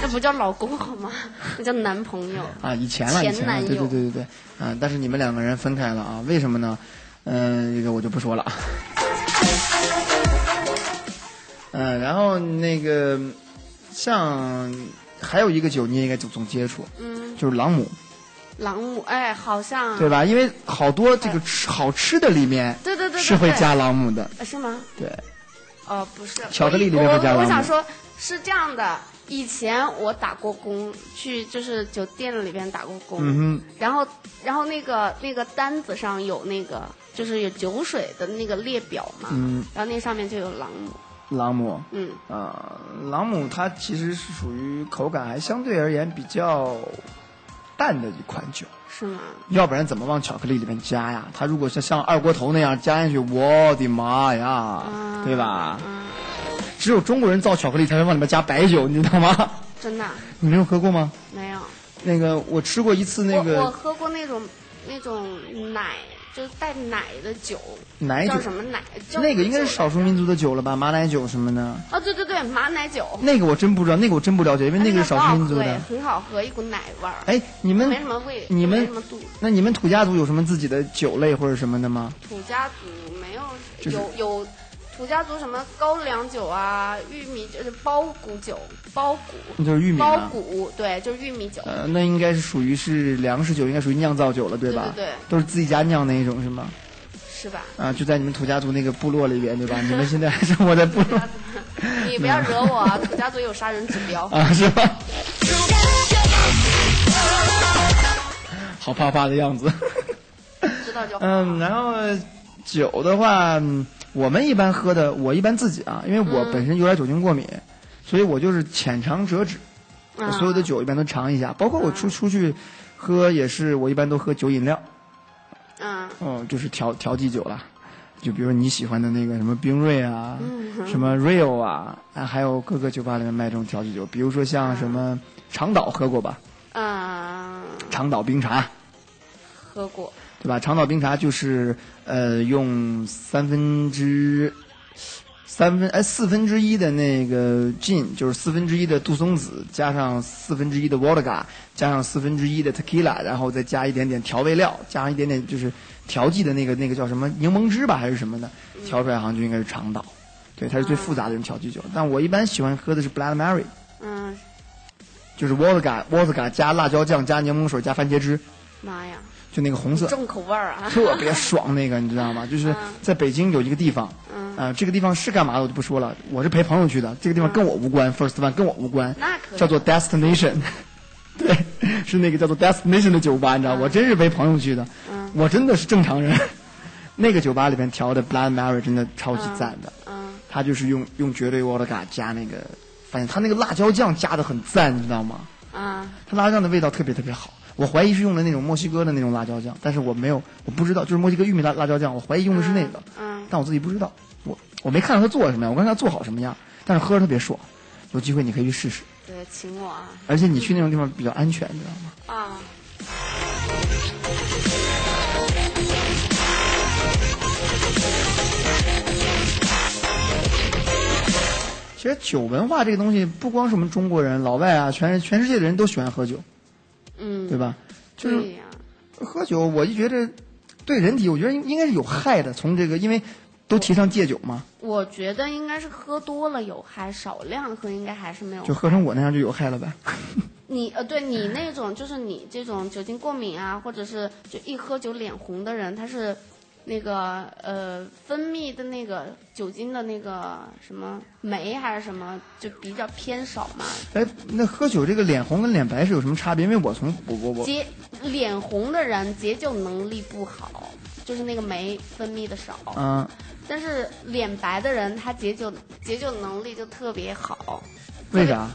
[SPEAKER 10] 那不叫老公好吗？ 那叫男朋友。
[SPEAKER 9] 啊，以前了，以前了，对对对对对。啊，但是你们两个人分开了啊？为什么呢？嗯、呃，这个我就不说 了。嗯，然后那个，像还有一个酒，你也应该总总接触，
[SPEAKER 10] 嗯，
[SPEAKER 9] 就是朗姆。
[SPEAKER 10] 朗姆，哎，好像
[SPEAKER 9] 对吧？因为好多这个吃好吃的里面，
[SPEAKER 10] 对对对，
[SPEAKER 9] 是会加朗姆的，
[SPEAKER 10] 呃是吗？
[SPEAKER 9] 对。
[SPEAKER 10] 哦，不是，
[SPEAKER 9] 巧克力里面会加朗姆。
[SPEAKER 10] 我想说，是这样的，以前我打过工，去就是酒店里边打过工，
[SPEAKER 9] 嗯
[SPEAKER 10] 然后然后那个那个单子上有那个就是有酒水的那个列表嘛，
[SPEAKER 9] 嗯，
[SPEAKER 10] 然后那上面就有朗姆。
[SPEAKER 9] 朗姆，
[SPEAKER 10] 嗯，
[SPEAKER 9] 啊、呃，朗姆它其实是属于口感还相对而言比较淡的一款酒。
[SPEAKER 10] 是吗？
[SPEAKER 9] 要不然怎么往巧克力里面加呀？它如果是像二锅头那样加进去，我的妈呀，
[SPEAKER 10] 啊
[SPEAKER 9] 对吧？
[SPEAKER 10] 嗯
[SPEAKER 9] 只有中国人造巧克力才会往里面加白酒，你知道吗？
[SPEAKER 10] 真的啊
[SPEAKER 9] 你没有喝过吗？
[SPEAKER 10] 没有。
[SPEAKER 9] 那个我吃过一次那
[SPEAKER 10] 我我
[SPEAKER 9] 个
[SPEAKER 10] 喝过那种那种奶，就是带奶的酒，
[SPEAKER 9] 奶酒
[SPEAKER 10] 叫什么奶？叫
[SPEAKER 9] 那个应该是
[SPEAKER 10] 什么
[SPEAKER 9] 少数民族的酒了吧，马奶酒什么的。
[SPEAKER 10] 酒。哦，对对对，马奶酒。
[SPEAKER 9] 那个我真不知道，那个我真不了解，因为
[SPEAKER 10] 哎
[SPEAKER 9] 那个是少
[SPEAKER 10] 很好
[SPEAKER 9] 数民族
[SPEAKER 10] 喝
[SPEAKER 9] 的
[SPEAKER 10] 耶。很好喝，一股奶味儿。
[SPEAKER 9] 哎，你们
[SPEAKER 10] 没什么味，
[SPEAKER 9] 你
[SPEAKER 10] 没
[SPEAKER 9] 们
[SPEAKER 10] 什么度。
[SPEAKER 9] 那你们土家族有什么自己的酒类或者什么的吗？
[SPEAKER 10] 土家族没有，
[SPEAKER 9] 就是
[SPEAKER 10] 有有土家族什么高粱酒啊，玉米就是包谷酒，包谷
[SPEAKER 9] 就是玉米
[SPEAKER 10] 包
[SPEAKER 9] 嘛。
[SPEAKER 10] 谷，对，就是玉米酒。
[SPEAKER 9] 呃，那应该是属于是粮食酒，应该属于酿造酒了，对吧？
[SPEAKER 10] 对对对
[SPEAKER 9] 都是自己家酿那一种是吗？
[SPEAKER 10] 是吧？
[SPEAKER 9] 啊，就在你们土家族那个部落里边，对吧？你们现在还生活在 部落
[SPEAKER 10] 你不要惹我啊！土家族有杀人指标。
[SPEAKER 9] 啊，是吧？ 好怕怕的样子。
[SPEAKER 10] 知道就好。
[SPEAKER 9] 嗯，然后酒的话，嗯我们一般喝的，我一般自己啊，因为我本身有点酒精过敏，所以我就是浅尝辄止，
[SPEAKER 10] 啊嗯
[SPEAKER 9] 我所有的酒一般都尝一下，包括我出出去喝也是，我一般都喝酒饮料，
[SPEAKER 10] 嗯，
[SPEAKER 9] 嗯，就是调调剂酒啦。就比如你喜欢的那个什么冰锐啊，什么 Rio 啊，啊，还有各个酒吧里面卖这种调剂酒，比如说像什么长岛喝过吧，
[SPEAKER 10] 嗯，
[SPEAKER 9] 长岛冰茶，
[SPEAKER 10] 喝过，
[SPEAKER 9] 对吧？长岛冰茶就是呃，用三分之三分哎四分之一的那个 gin，就是四分之一的杜松子，加上四分之一的 vodka，加上四分之一的 tequila，然后再加一点点调味料，加上一点点就是调剂的那个那个叫什么柠檬汁吧还是什么的，调出来好像就应该是长岛。对，它是最复杂的一种调剂酒，但我一般喜欢喝的是 Blood Mary，
[SPEAKER 10] 嗯，
[SPEAKER 9] 就是 vodka vodka 加辣椒酱加柠檬水加番茄汁，
[SPEAKER 10] 妈呀，
[SPEAKER 9] 就那个红色。
[SPEAKER 10] 重口味儿啊！
[SPEAKER 9] 特别爽那个，你知道吗？就是在北京有一个地方，
[SPEAKER 10] 嗯
[SPEAKER 9] 呃，这个地方是干嘛的我就不说了，我是陪朋友去的，这个地方跟我无关、f i r s t One 跟我无关
[SPEAKER 10] 那可，以
[SPEAKER 9] 叫做 Destination，对，是那个叫做 Destination 的酒吧，你知道，我真是陪朋友去的，
[SPEAKER 10] 嗯
[SPEAKER 9] 我真的是正常人。 那个酒吧里面调的 Blood Mary 真的超级赞的，
[SPEAKER 10] 嗯，
[SPEAKER 9] 他就是用用绝对 Vodka 加那个，反正他那个辣椒酱加的很赞，你知道吗？
[SPEAKER 10] 啊，
[SPEAKER 9] 它辣椒酱的味道特别特别好。我怀疑是用的那种墨西哥的那种辣椒酱，但是我没有，我不知道，就是墨西哥玉米辣辣椒酱，我怀疑用的是那个，
[SPEAKER 10] 嗯
[SPEAKER 9] 但我自己不知道，我我没看到它做什么样，我看它做好什么样，但是喝着特别爽，有机会你可以去试试，
[SPEAKER 10] 对，请我啊
[SPEAKER 9] 而且你去那种地方比较安全，你知道吗？
[SPEAKER 10] 啊！
[SPEAKER 9] 其实酒文化这个东西不光是我们中国人，老外啊，全全世界的人都喜欢喝酒，
[SPEAKER 10] 嗯，
[SPEAKER 9] 对吧？就是
[SPEAKER 10] 对呀，
[SPEAKER 9] 喝酒，我就觉得对人体，我觉得应应该是有害的。从这个，因为都提倡戒酒嘛，
[SPEAKER 10] 我觉得应该是喝多了有害，少量喝应该还是没有害。
[SPEAKER 9] 就喝成我那样就有害了呗。
[SPEAKER 10] 你呃，对你那种就是你这种酒精过敏啊，或者是就一喝酒脸红的人，他是那个呃分泌的那个酒精的那个什么酶还是什么，就比较偏少嘛。
[SPEAKER 9] 哎，那喝酒这个脸红跟脸白是有什么差别？因为我从我我我
[SPEAKER 10] 结脸红的人解酒能力不好，就是那个酶分泌的少。
[SPEAKER 9] 啊、
[SPEAKER 10] 但是脸白的人，他解酒解酒能力就特别好，
[SPEAKER 9] 为啥？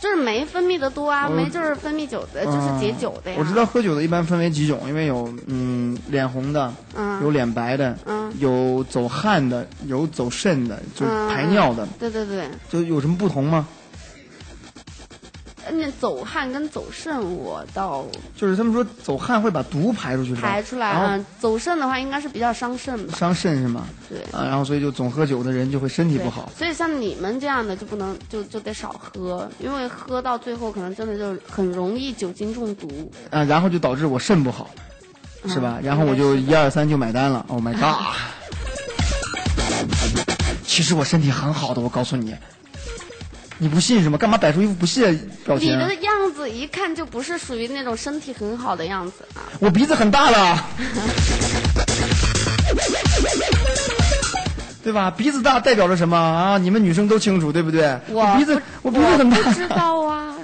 [SPEAKER 10] 就是酶分泌的多啊，
[SPEAKER 9] 我
[SPEAKER 10] 酶就是分泌酒的，呃就是解酒的呀。
[SPEAKER 9] 嗯我知道，喝酒的一般分为几种，因为有嗯脸红的，
[SPEAKER 10] 嗯，
[SPEAKER 9] 有脸白的，
[SPEAKER 10] 嗯
[SPEAKER 9] 有走汗的，有走肾的，就是排尿的，
[SPEAKER 10] 对对对，
[SPEAKER 9] 就有什么不同吗？
[SPEAKER 10] 那走汗跟走肾我倒
[SPEAKER 9] 就是他们说走汗会把毒排出去，是吧
[SPEAKER 10] 排出来
[SPEAKER 9] 嗯然
[SPEAKER 10] 啊，走肾的话应该是比较伤肾
[SPEAKER 9] 后
[SPEAKER 10] 吧，
[SPEAKER 9] 伤肾是吗？
[SPEAKER 10] 对。
[SPEAKER 9] 啊，然后所以就总喝酒的人就会身体
[SPEAKER 10] 对
[SPEAKER 9] 不好。
[SPEAKER 10] 所以像你们这样的就不能就就得少喝，因为喝到最后可能真的就很容易酒精中毒。
[SPEAKER 9] 啊，然后就导致我肾不好，是
[SPEAKER 10] 嗯
[SPEAKER 9] 吧？然后我就一二三就买单了。Oh my god！其实我身体很好的，我告诉你，你不信是吗？干嘛摆出一副不屑表
[SPEAKER 10] 你
[SPEAKER 9] 情？啊
[SPEAKER 10] 的样子一看就不是属于那种身体很好的样子 啊！
[SPEAKER 9] 我鼻子很大的，对吧？鼻子大代表着什么啊？你们女生都清楚，对不对？我鼻子，我
[SPEAKER 10] 我
[SPEAKER 9] 鼻子很
[SPEAKER 10] 不知
[SPEAKER 9] 大。
[SPEAKER 10] 道啊，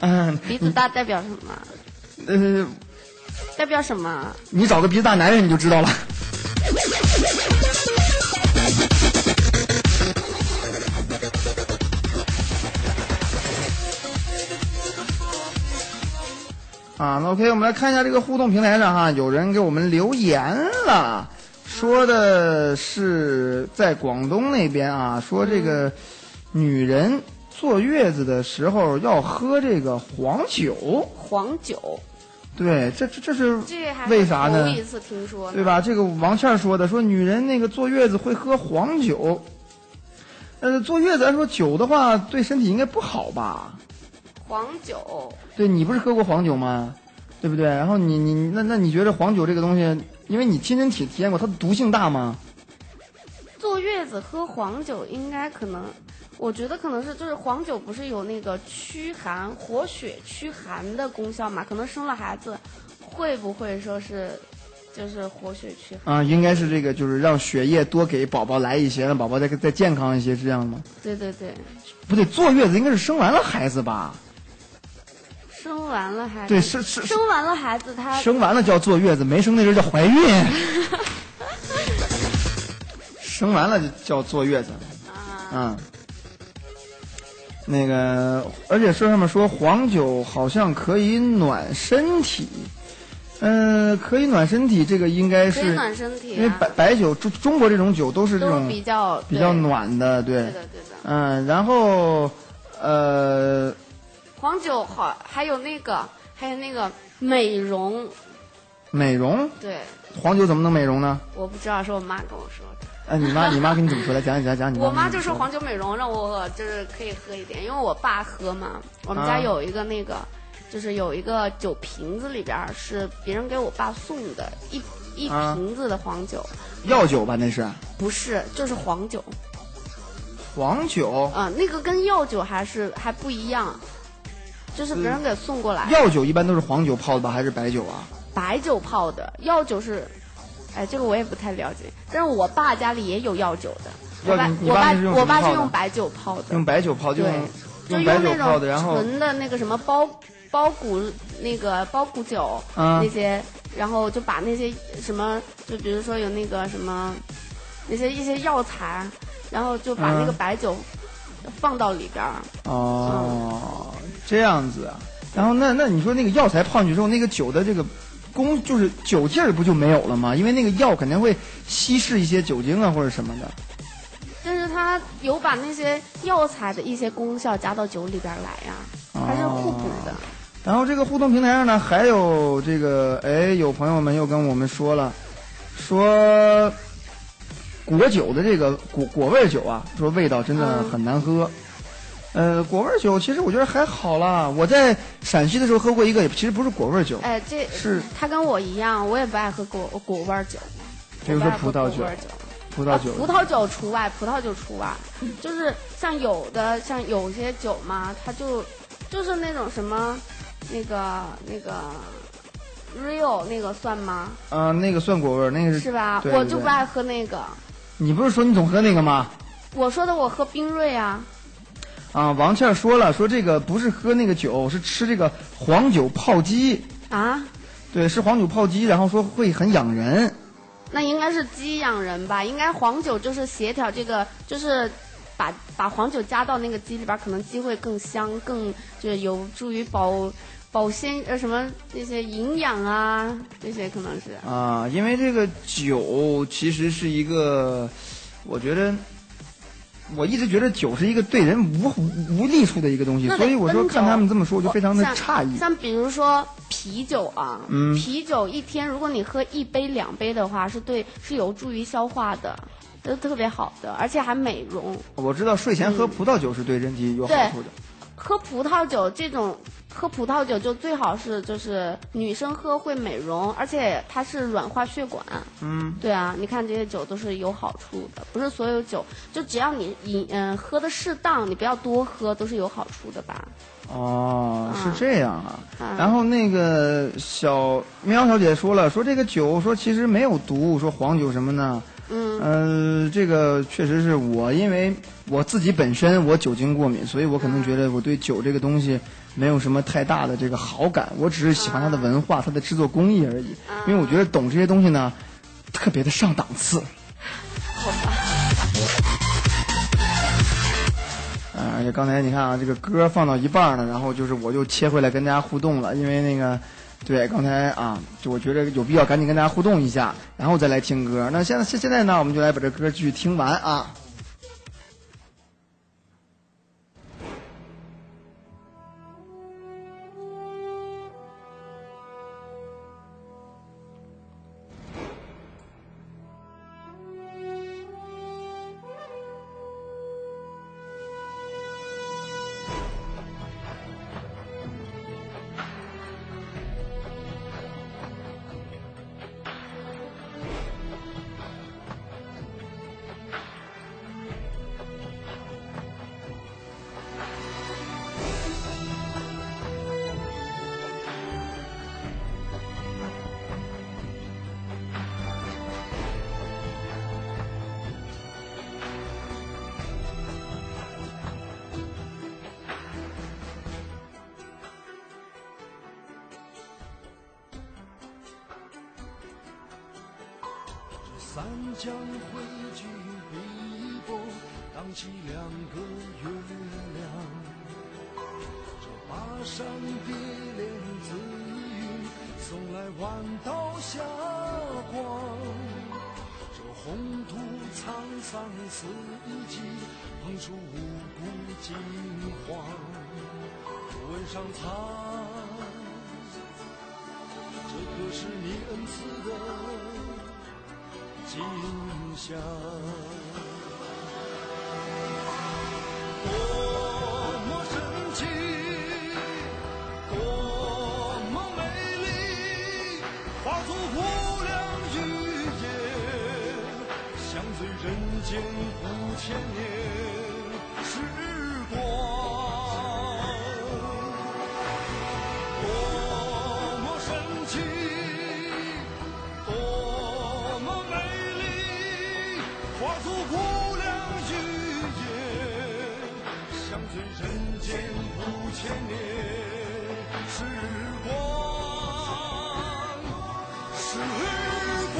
[SPEAKER 9] 嗯，
[SPEAKER 10] 鼻子大代表什么？
[SPEAKER 9] 呃，
[SPEAKER 10] 代表什么？
[SPEAKER 9] 你找个鼻子大男人你就知道了。啊，那 OK，我们来看一下这个互动平台上哈，有人给我们留言了，说的是在广东那边啊，说这个女人坐月子的时候要喝这个黄酒。
[SPEAKER 10] 黄酒，
[SPEAKER 9] 对，这这这是
[SPEAKER 10] 这还
[SPEAKER 9] 为啥呢？
[SPEAKER 10] 头一次听说，
[SPEAKER 9] 对？吧？这个王倩儿说的，说女人那个坐月子会喝黄酒。呃，坐月子来说酒的话，对身体应该不好吧？
[SPEAKER 10] 黄酒，
[SPEAKER 9] 对你不是喝过黄酒吗？对不对？然后你你那那你觉得黄酒这个东西，因为你亲身体体验过，它的毒性大吗？
[SPEAKER 10] 坐月子喝黄酒应该可能，我觉得可能是就是黄酒不是有那个驱寒、活血、驱寒的功效嘛？可能生了孩子，会不会说是就是活血驱寒？
[SPEAKER 9] 啊，应该是这个，就是让血液多给宝宝来一些，让宝宝再再健康一些，是这样吗？
[SPEAKER 10] 对对对，
[SPEAKER 9] 不对，坐月子应该是生完了孩子吧？
[SPEAKER 10] 生完了孩子，
[SPEAKER 9] 对，是是
[SPEAKER 10] 生完了孩子他
[SPEAKER 9] 生完了叫坐月子，没生那阵叫怀孕。 生完了就叫坐月子，啊、嗯，那个，而且说上面说黄酒好像可以暖身体，嗯、可以暖身体，这个应该
[SPEAKER 10] 可以
[SPEAKER 9] 是
[SPEAKER 10] 暖身体、啊，
[SPEAKER 9] 因为白白酒中中国这种酒都是这
[SPEAKER 10] 都
[SPEAKER 9] 种
[SPEAKER 10] 是比较
[SPEAKER 9] 比较
[SPEAKER 10] 对
[SPEAKER 9] 暖的，对，
[SPEAKER 10] 对的对的。
[SPEAKER 9] 嗯，然后呃，
[SPEAKER 10] 黄酒好，还有那个，还有那个美容，
[SPEAKER 9] 美容
[SPEAKER 10] 对，
[SPEAKER 9] 黄酒怎么能美容呢？
[SPEAKER 10] 我不知道，是我妈跟我说的。
[SPEAKER 9] 哎，你妈，你妈跟你怎么说？来讲讲讲你妈。
[SPEAKER 10] 我妈就
[SPEAKER 9] 说
[SPEAKER 10] 说黄酒美容，让我就是可以喝一点，因为我爸喝嘛。我们家
[SPEAKER 9] 啊
[SPEAKER 10] 有一个那个，就是有一个酒瓶子，里边儿是别人给我爸送的，一一
[SPEAKER 9] 啊
[SPEAKER 10] 瓶子的黄酒，
[SPEAKER 9] 药酒吧，那是
[SPEAKER 10] 不是，就是黄酒
[SPEAKER 9] 黄酒，
[SPEAKER 10] 啊、那个跟药酒还是还不一样，就是别人给送过来，
[SPEAKER 9] 药酒一般都是黄酒泡的吧，还是白酒啊？
[SPEAKER 10] 白酒泡的，药酒是，哎，这个我也不太了解。但是我爸家里也有药酒的，我
[SPEAKER 9] 药
[SPEAKER 10] 爸
[SPEAKER 9] 酒你爸是用什么
[SPEAKER 10] 我我爸
[SPEAKER 9] 泡
[SPEAKER 10] 是
[SPEAKER 9] 的
[SPEAKER 10] 用白酒泡的，
[SPEAKER 9] 用白酒泡，就
[SPEAKER 10] 对
[SPEAKER 9] 用
[SPEAKER 10] 就
[SPEAKER 9] 白
[SPEAKER 10] 用
[SPEAKER 9] 酒
[SPEAKER 10] 那
[SPEAKER 9] 泡
[SPEAKER 10] 种
[SPEAKER 9] 的，然后
[SPEAKER 10] 纯的那个什么包包谷那个包谷酒、
[SPEAKER 9] 啊
[SPEAKER 10] 那些，然后就把那些什么，就比如说有那个什么那些一些药材，然后就把
[SPEAKER 9] 嗯
[SPEAKER 10] 那个白酒放到里边儿，
[SPEAKER 9] 哦，这样子啊。然后那那你说那个药材泡进去之后，那个酒的这个功就是酒劲儿不就没有了吗？因为那个药肯定会稀释一些酒精啊或者什么的。
[SPEAKER 10] 但是它有把那些药材的一些功效加到酒里边儿来呀、
[SPEAKER 9] 哦
[SPEAKER 10] 它是互补的。
[SPEAKER 9] 然后这个互动平台上呢，还有这个，哎，有朋友们又跟我们说了，说果酒的这个果果味酒啊，说味道真
[SPEAKER 10] 嗯
[SPEAKER 9] 的很难喝。呃，果味酒其实我觉得还好啦，我在陕西的时候喝过一个，也其实不是果味酒，
[SPEAKER 10] 哎，这
[SPEAKER 9] 是
[SPEAKER 10] 他跟我一样，我也不爱喝果果味儿酒，
[SPEAKER 9] 比如
[SPEAKER 10] 我不
[SPEAKER 9] 说
[SPEAKER 10] 爱喝
[SPEAKER 9] 葡萄
[SPEAKER 10] 果
[SPEAKER 9] 酒
[SPEAKER 10] 味、儿酒。
[SPEAKER 9] 葡萄酒
[SPEAKER 10] 啊、、葡萄酒除外，葡萄酒除外，就是像有的像有些酒嘛，它就就是那种什么那个那个 real 那个算吗？
[SPEAKER 9] 啊、那个算果味儿，那个
[SPEAKER 10] 是吧？
[SPEAKER 9] 对
[SPEAKER 10] 我
[SPEAKER 9] 对
[SPEAKER 10] 就不爱喝那个。
[SPEAKER 9] 你不是说你总喝那个吗？
[SPEAKER 10] 我说的我喝冰锐啊，
[SPEAKER 9] 啊，王倩儿说了，说这个不是喝那个酒，是吃这个黄酒泡鸡，
[SPEAKER 10] 啊，
[SPEAKER 9] 对，是黄酒泡鸡，然后说会很养人。
[SPEAKER 10] 那应该是鸡养人吧？应该黄酒就是协调这个，就是把把黄酒加到那个鸡里边儿，可能鸡会更香，更就是有助于保保鲜呃什么那些营养啊，这些可能是。
[SPEAKER 9] 啊，因为这个酒其实是一个，我觉得，我一直觉得酒是一个对人无无利处的一个东西，
[SPEAKER 10] 那得
[SPEAKER 9] 所以我说
[SPEAKER 10] 分
[SPEAKER 9] 看
[SPEAKER 10] 酒
[SPEAKER 9] 他们这么说，我就非常的
[SPEAKER 10] 像
[SPEAKER 9] 诧异。
[SPEAKER 10] 哦像比如说啤酒啊，
[SPEAKER 9] 嗯
[SPEAKER 10] 啤酒一天如果你喝一杯两杯的话，是对是有助于消化的，都特别好的，而且还美容。
[SPEAKER 9] 我知道睡前喝葡萄酒是对人体有好
[SPEAKER 10] 对
[SPEAKER 9] 处的，
[SPEAKER 10] 喝葡萄酒这种，喝葡萄酒就最好是就是女生喝会美容，而且它是软化血管。
[SPEAKER 9] 嗯，
[SPEAKER 10] 对啊，你看这些酒都是有好处的，不是所有酒，就只要你饮嗯、喝的适当，你不要多喝，都是有好处的吧？
[SPEAKER 9] 哦，是
[SPEAKER 10] 啊
[SPEAKER 9] 这样啊。
[SPEAKER 10] 啊
[SPEAKER 9] 然后那个小喵小姐说了，说这个酒说其实没有毒，说黄酒什么呢？
[SPEAKER 10] 嗯
[SPEAKER 9] 呃，这个确实是我，因为我自己本身我酒精过敏，所以我可能觉得我对酒这个东西没有什么太大的这个好感，我只是喜欢它的文化、它的制作工艺而已。因为我觉得懂这些东西呢，特别的上档次。啊，而且刚才你看啊，这个歌放到一半呢，然后就是我又切回来跟大家互动了，因为那个对，刚才啊，就我觉得有必要赶紧跟大家互动一下，然后再来听歌。那现在现现在呢，我们就来把这歌继续听完啊。
[SPEAKER 11] 三江汇聚碧波，荡起两个月亮。这巴山蝶恋自语，送来晚稻霞光。这宏图沧桑四季，捧出五谷金黄。问上苍，这可是你恩赐的？今宵，多么神奇，多么美丽，化作无量雨夜，相随人间五千年时光。人间五千年时光，时光。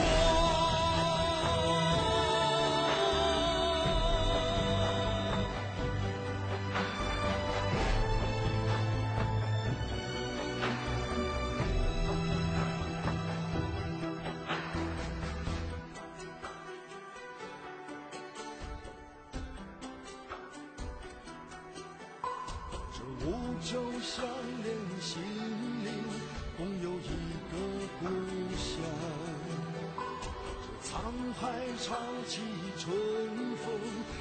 [SPEAKER 11] 就相连心灵，共有一个故乡。这沧海潮起春风，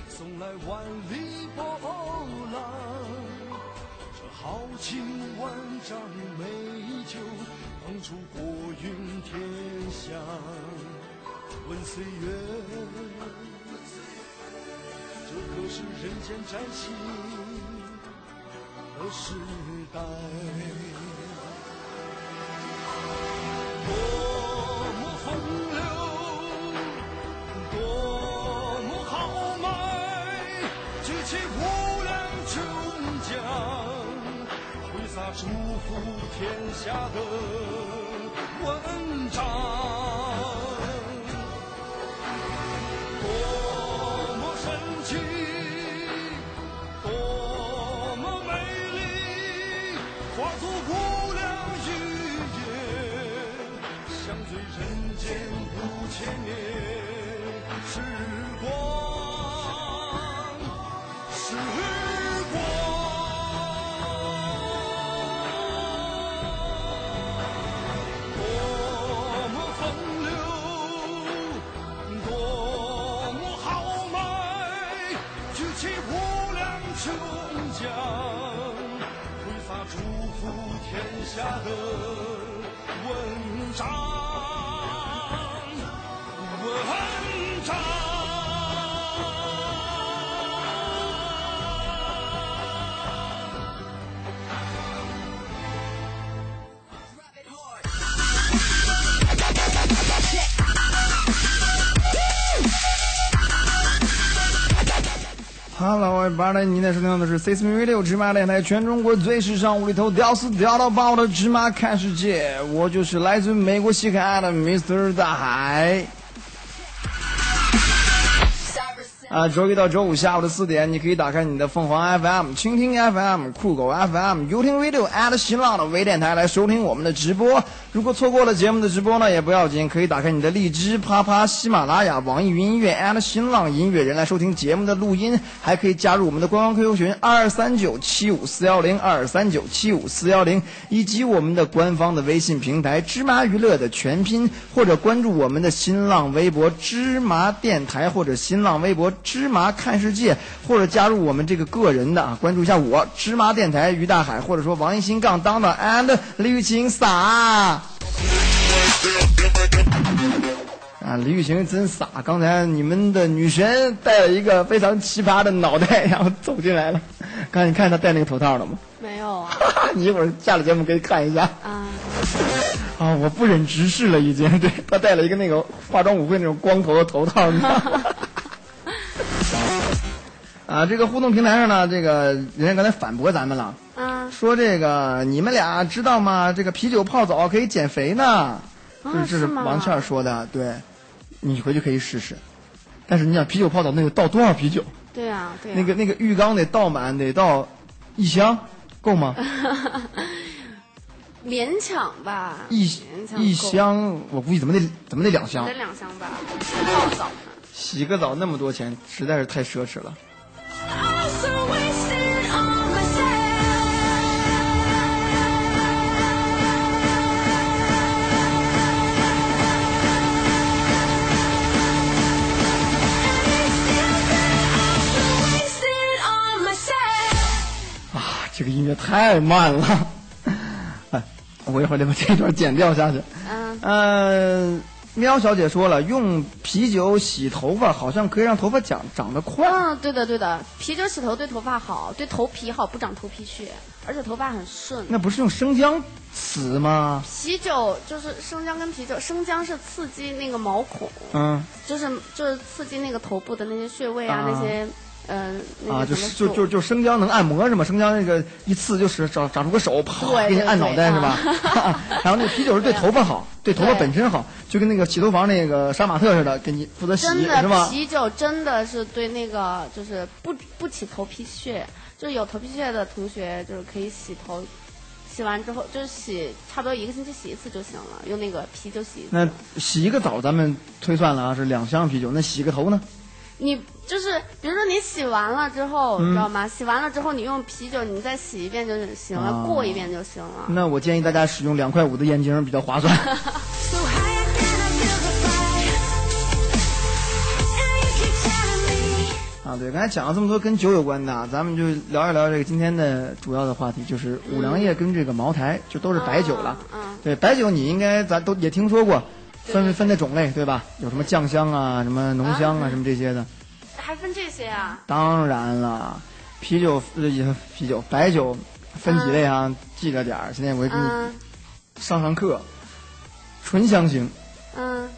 [SPEAKER 11] 送来万里波浪。这豪情万丈美酒，捧出国运天下。问岁月，这可是人间崭新。的时代，多么风流，多么豪迈，举起无量琼浆，挥洒祝福天下的文章。人间五千年时光，时光。多么风流，多么豪迈，举起无量琼浆，挥洒祝福天下的文章。
[SPEAKER 9] Hello，八零，您在收听到的是 C C V 六芝麻电台，全中国最时尚、无厘头、屌丝屌到爆的芝麻看世界。我就是来自美国西海岸的 Mr 大海。啊，周一到周五下午的四点，你可以打开你的凤凰 FM、蜻蜓 FM、酷狗 FM、优听 Radio at 新浪的微电台来收听我们的直播。如果错过了节目的直播呢，也不要紧，可以打开你的荔枝、啪啪、喜马拉雅、网易云音乐 at 新浪音乐人来收听节目的录音，还可以加入我们的官方 QQ 群二三九七五四幺零二三九七五四幺零，以及我们的官方的微信平台芝麻娱乐的全拼，或者关注我们的新浪微博芝麻电台或者新浪微博芝麻看世界，或者加入我们这个个人的啊，关注一下我芝麻电台于大海，或者说王一新杠当当 and 李雨晴傻啊，李雨晴真傻，刚才你们的女神带了一个非常奇葩的脑袋，然后走进来了，看你看她戴那个头套了吗？
[SPEAKER 10] 没有啊，
[SPEAKER 9] 你一会儿下了节目可以看一下
[SPEAKER 10] 啊。
[SPEAKER 9] 啊、我不忍直视了，已经。对他戴了一个那个化妆舞会那种光头的头套，你知道吗？ 啊，这个互动平台上呢，这个人家刚才反驳咱们了，
[SPEAKER 10] 啊
[SPEAKER 9] 说这个你们俩知道吗？这个啤酒泡澡可以减肥呢，这、
[SPEAKER 10] 啊
[SPEAKER 9] 这
[SPEAKER 10] 是
[SPEAKER 9] 是
[SPEAKER 10] 吗
[SPEAKER 9] 王倩说的，对，你回去可以试试。但是你想啤酒泡澡那得倒多少啤酒？
[SPEAKER 10] 对啊，对啊。
[SPEAKER 9] 那个那个浴缸得倒满，得倒一箱，够
[SPEAKER 10] 呃
[SPEAKER 9] 吗？
[SPEAKER 10] 勉强吧，
[SPEAKER 9] 一
[SPEAKER 10] 勉强
[SPEAKER 9] 一
[SPEAKER 10] 够
[SPEAKER 9] 箱，我估计怎么得怎么得两箱
[SPEAKER 10] 得。两箱吧，泡澡呢。
[SPEAKER 9] 洗个澡那么多钱，实在是太奢侈了。啊，这个音乐太慢了。哎，我一会儿得把这段剪掉下去。
[SPEAKER 10] 嗯
[SPEAKER 9] 呃，喵小姐说了，用啤酒洗头发好像可以让头发长长得快。
[SPEAKER 10] 啊，对的对的，啤酒洗头对头发好，对头皮好，不长头皮屑，而且头发很顺。
[SPEAKER 9] 那不是用生姜死吗？
[SPEAKER 10] 啤酒就是生姜跟啤酒，生姜是刺激那个毛孔，
[SPEAKER 9] 嗯
[SPEAKER 10] 就是就是刺激那个头部的那些穴位啊，
[SPEAKER 9] 啊
[SPEAKER 10] 那些嗯、那
[SPEAKER 9] 啊，
[SPEAKER 10] 个
[SPEAKER 9] 就
[SPEAKER 10] 什么
[SPEAKER 9] 是就就就生姜能按摩是吗？生姜那个一刺就是长长出个手，啪
[SPEAKER 10] 对
[SPEAKER 9] 给你
[SPEAKER 10] 对
[SPEAKER 9] 按脑
[SPEAKER 10] 对
[SPEAKER 9] 袋是吧
[SPEAKER 10] 啊？
[SPEAKER 9] 然后那啤酒是对头发好，对头发
[SPEAKER 10] 对
[SPEAKER 9] 本身好，就跟那个洗头房那个杀马特似的，给你负责洗
[SPEAKER 10] 真
[SPEAKER 9] 是
[SPEAKER 10] 的
[SPEAKER 9] 吧？
[SPEAKER 10] 啤酒真的是对那个就是不不起头皮屑，就有头皮屑的同学就是可以洗头，洗完之后就是洗差不多一个星期洗一次就行了，用那个啤酒洗一次。
[SPEAKER 9] 那洗一个澡，咱们推算了啊，是两箱啤酒。那洗个头呢？
[SPEAKER 10] 你就是比如说你洗完了之后，
[SPEAKER 9] 嗯
[SPEAKER 10] 你知道吗？洗完了之后你用啤酒你再洗一遍就行了，
[SPEAKER 9] 啊
[SPEAKER 10] 过一遍就行了。
[SPEAKER 9] 那我建议大家使用两块五的眼镜比较划算。啊，对，刚才讲了这么多跟酒有关的啊，咱们就聊一聊这个今天的主要的话题，就是五粮液跟这个茅台，就都是白酒了。
[SPEAKER 10] 嗯，
[SPEAKER 9] 对，白酒你应该咱都也听说过，分分的种类对吧？有什么酱香啊，什么浓香啊，什么这些的。
[SPEAKER 10] 还分这些啊？
[SPEAKER 9] 当然了，啤酒呃也啤酒白酒分几类啊？记着点儿，现在我给
[SPEAKER 10] 嗯
[SPEAKER 9] 你上上课。醇香型、
[SPEAKER 10] 嗯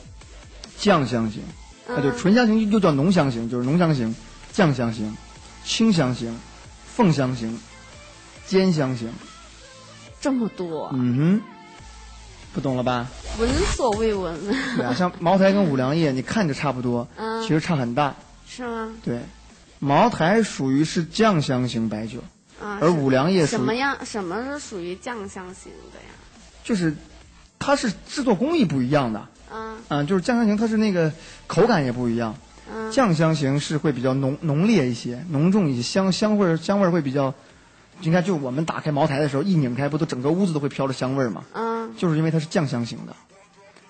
[SPEAKER 9] 酱香型，啊，对，
[SPEAKER 10] 嗯
[SPEAKER 9] 醇香型又叫浓香型，就是浓香型、酱香型、清香型、凤香型、煎香型。
[SPEAKER 10] 这么多，
[SPEAKER 9] 嗯哼，不懂了 吧？
[SPEAKER 10] 闻所未闻，
[SPEAKER 9] 对啊，像茅台跟五粮液，你看着差不多，
[SPEAKER 10] 嗯
[SPEAKER 9] 其实差很大。
[SPEAKER 10] 是吗？
[SPEAKER 9] 对，茅台属于是酱香型白酒，
[SPEAKER 10] 啊，
[SPEAKER 9] 而
[SPEAKER 10] 是
[SPEAKER 9] 五粮液
[SPEAKER 10] 什
[SPEAKER 9] 属
[SPEAKER 10] 么
[SPEAKER 9] 于
[SPEAKER 10] 样？什么是属于酱香型的呀？
[SPEAKER 9] 就是它是制作工艺不一样的，
[SPEAKER 10] 嗯
[SPEAKER 9] 嗯、就是酱香型它是那个口感也不一样，
[SPEAKER 10] 嗯，
[SPEAKER 9] 酱香型是会比较浓浓烈一些，浓重一些，香香味儿香味儿会比较。你看，就我们打开茅台的时候，一拧开，不都整个屋子都会飘着香味儿吗？
[SPEAKER 10] 嗯
[SPEAKER 9] 就是因为它是酱香型的，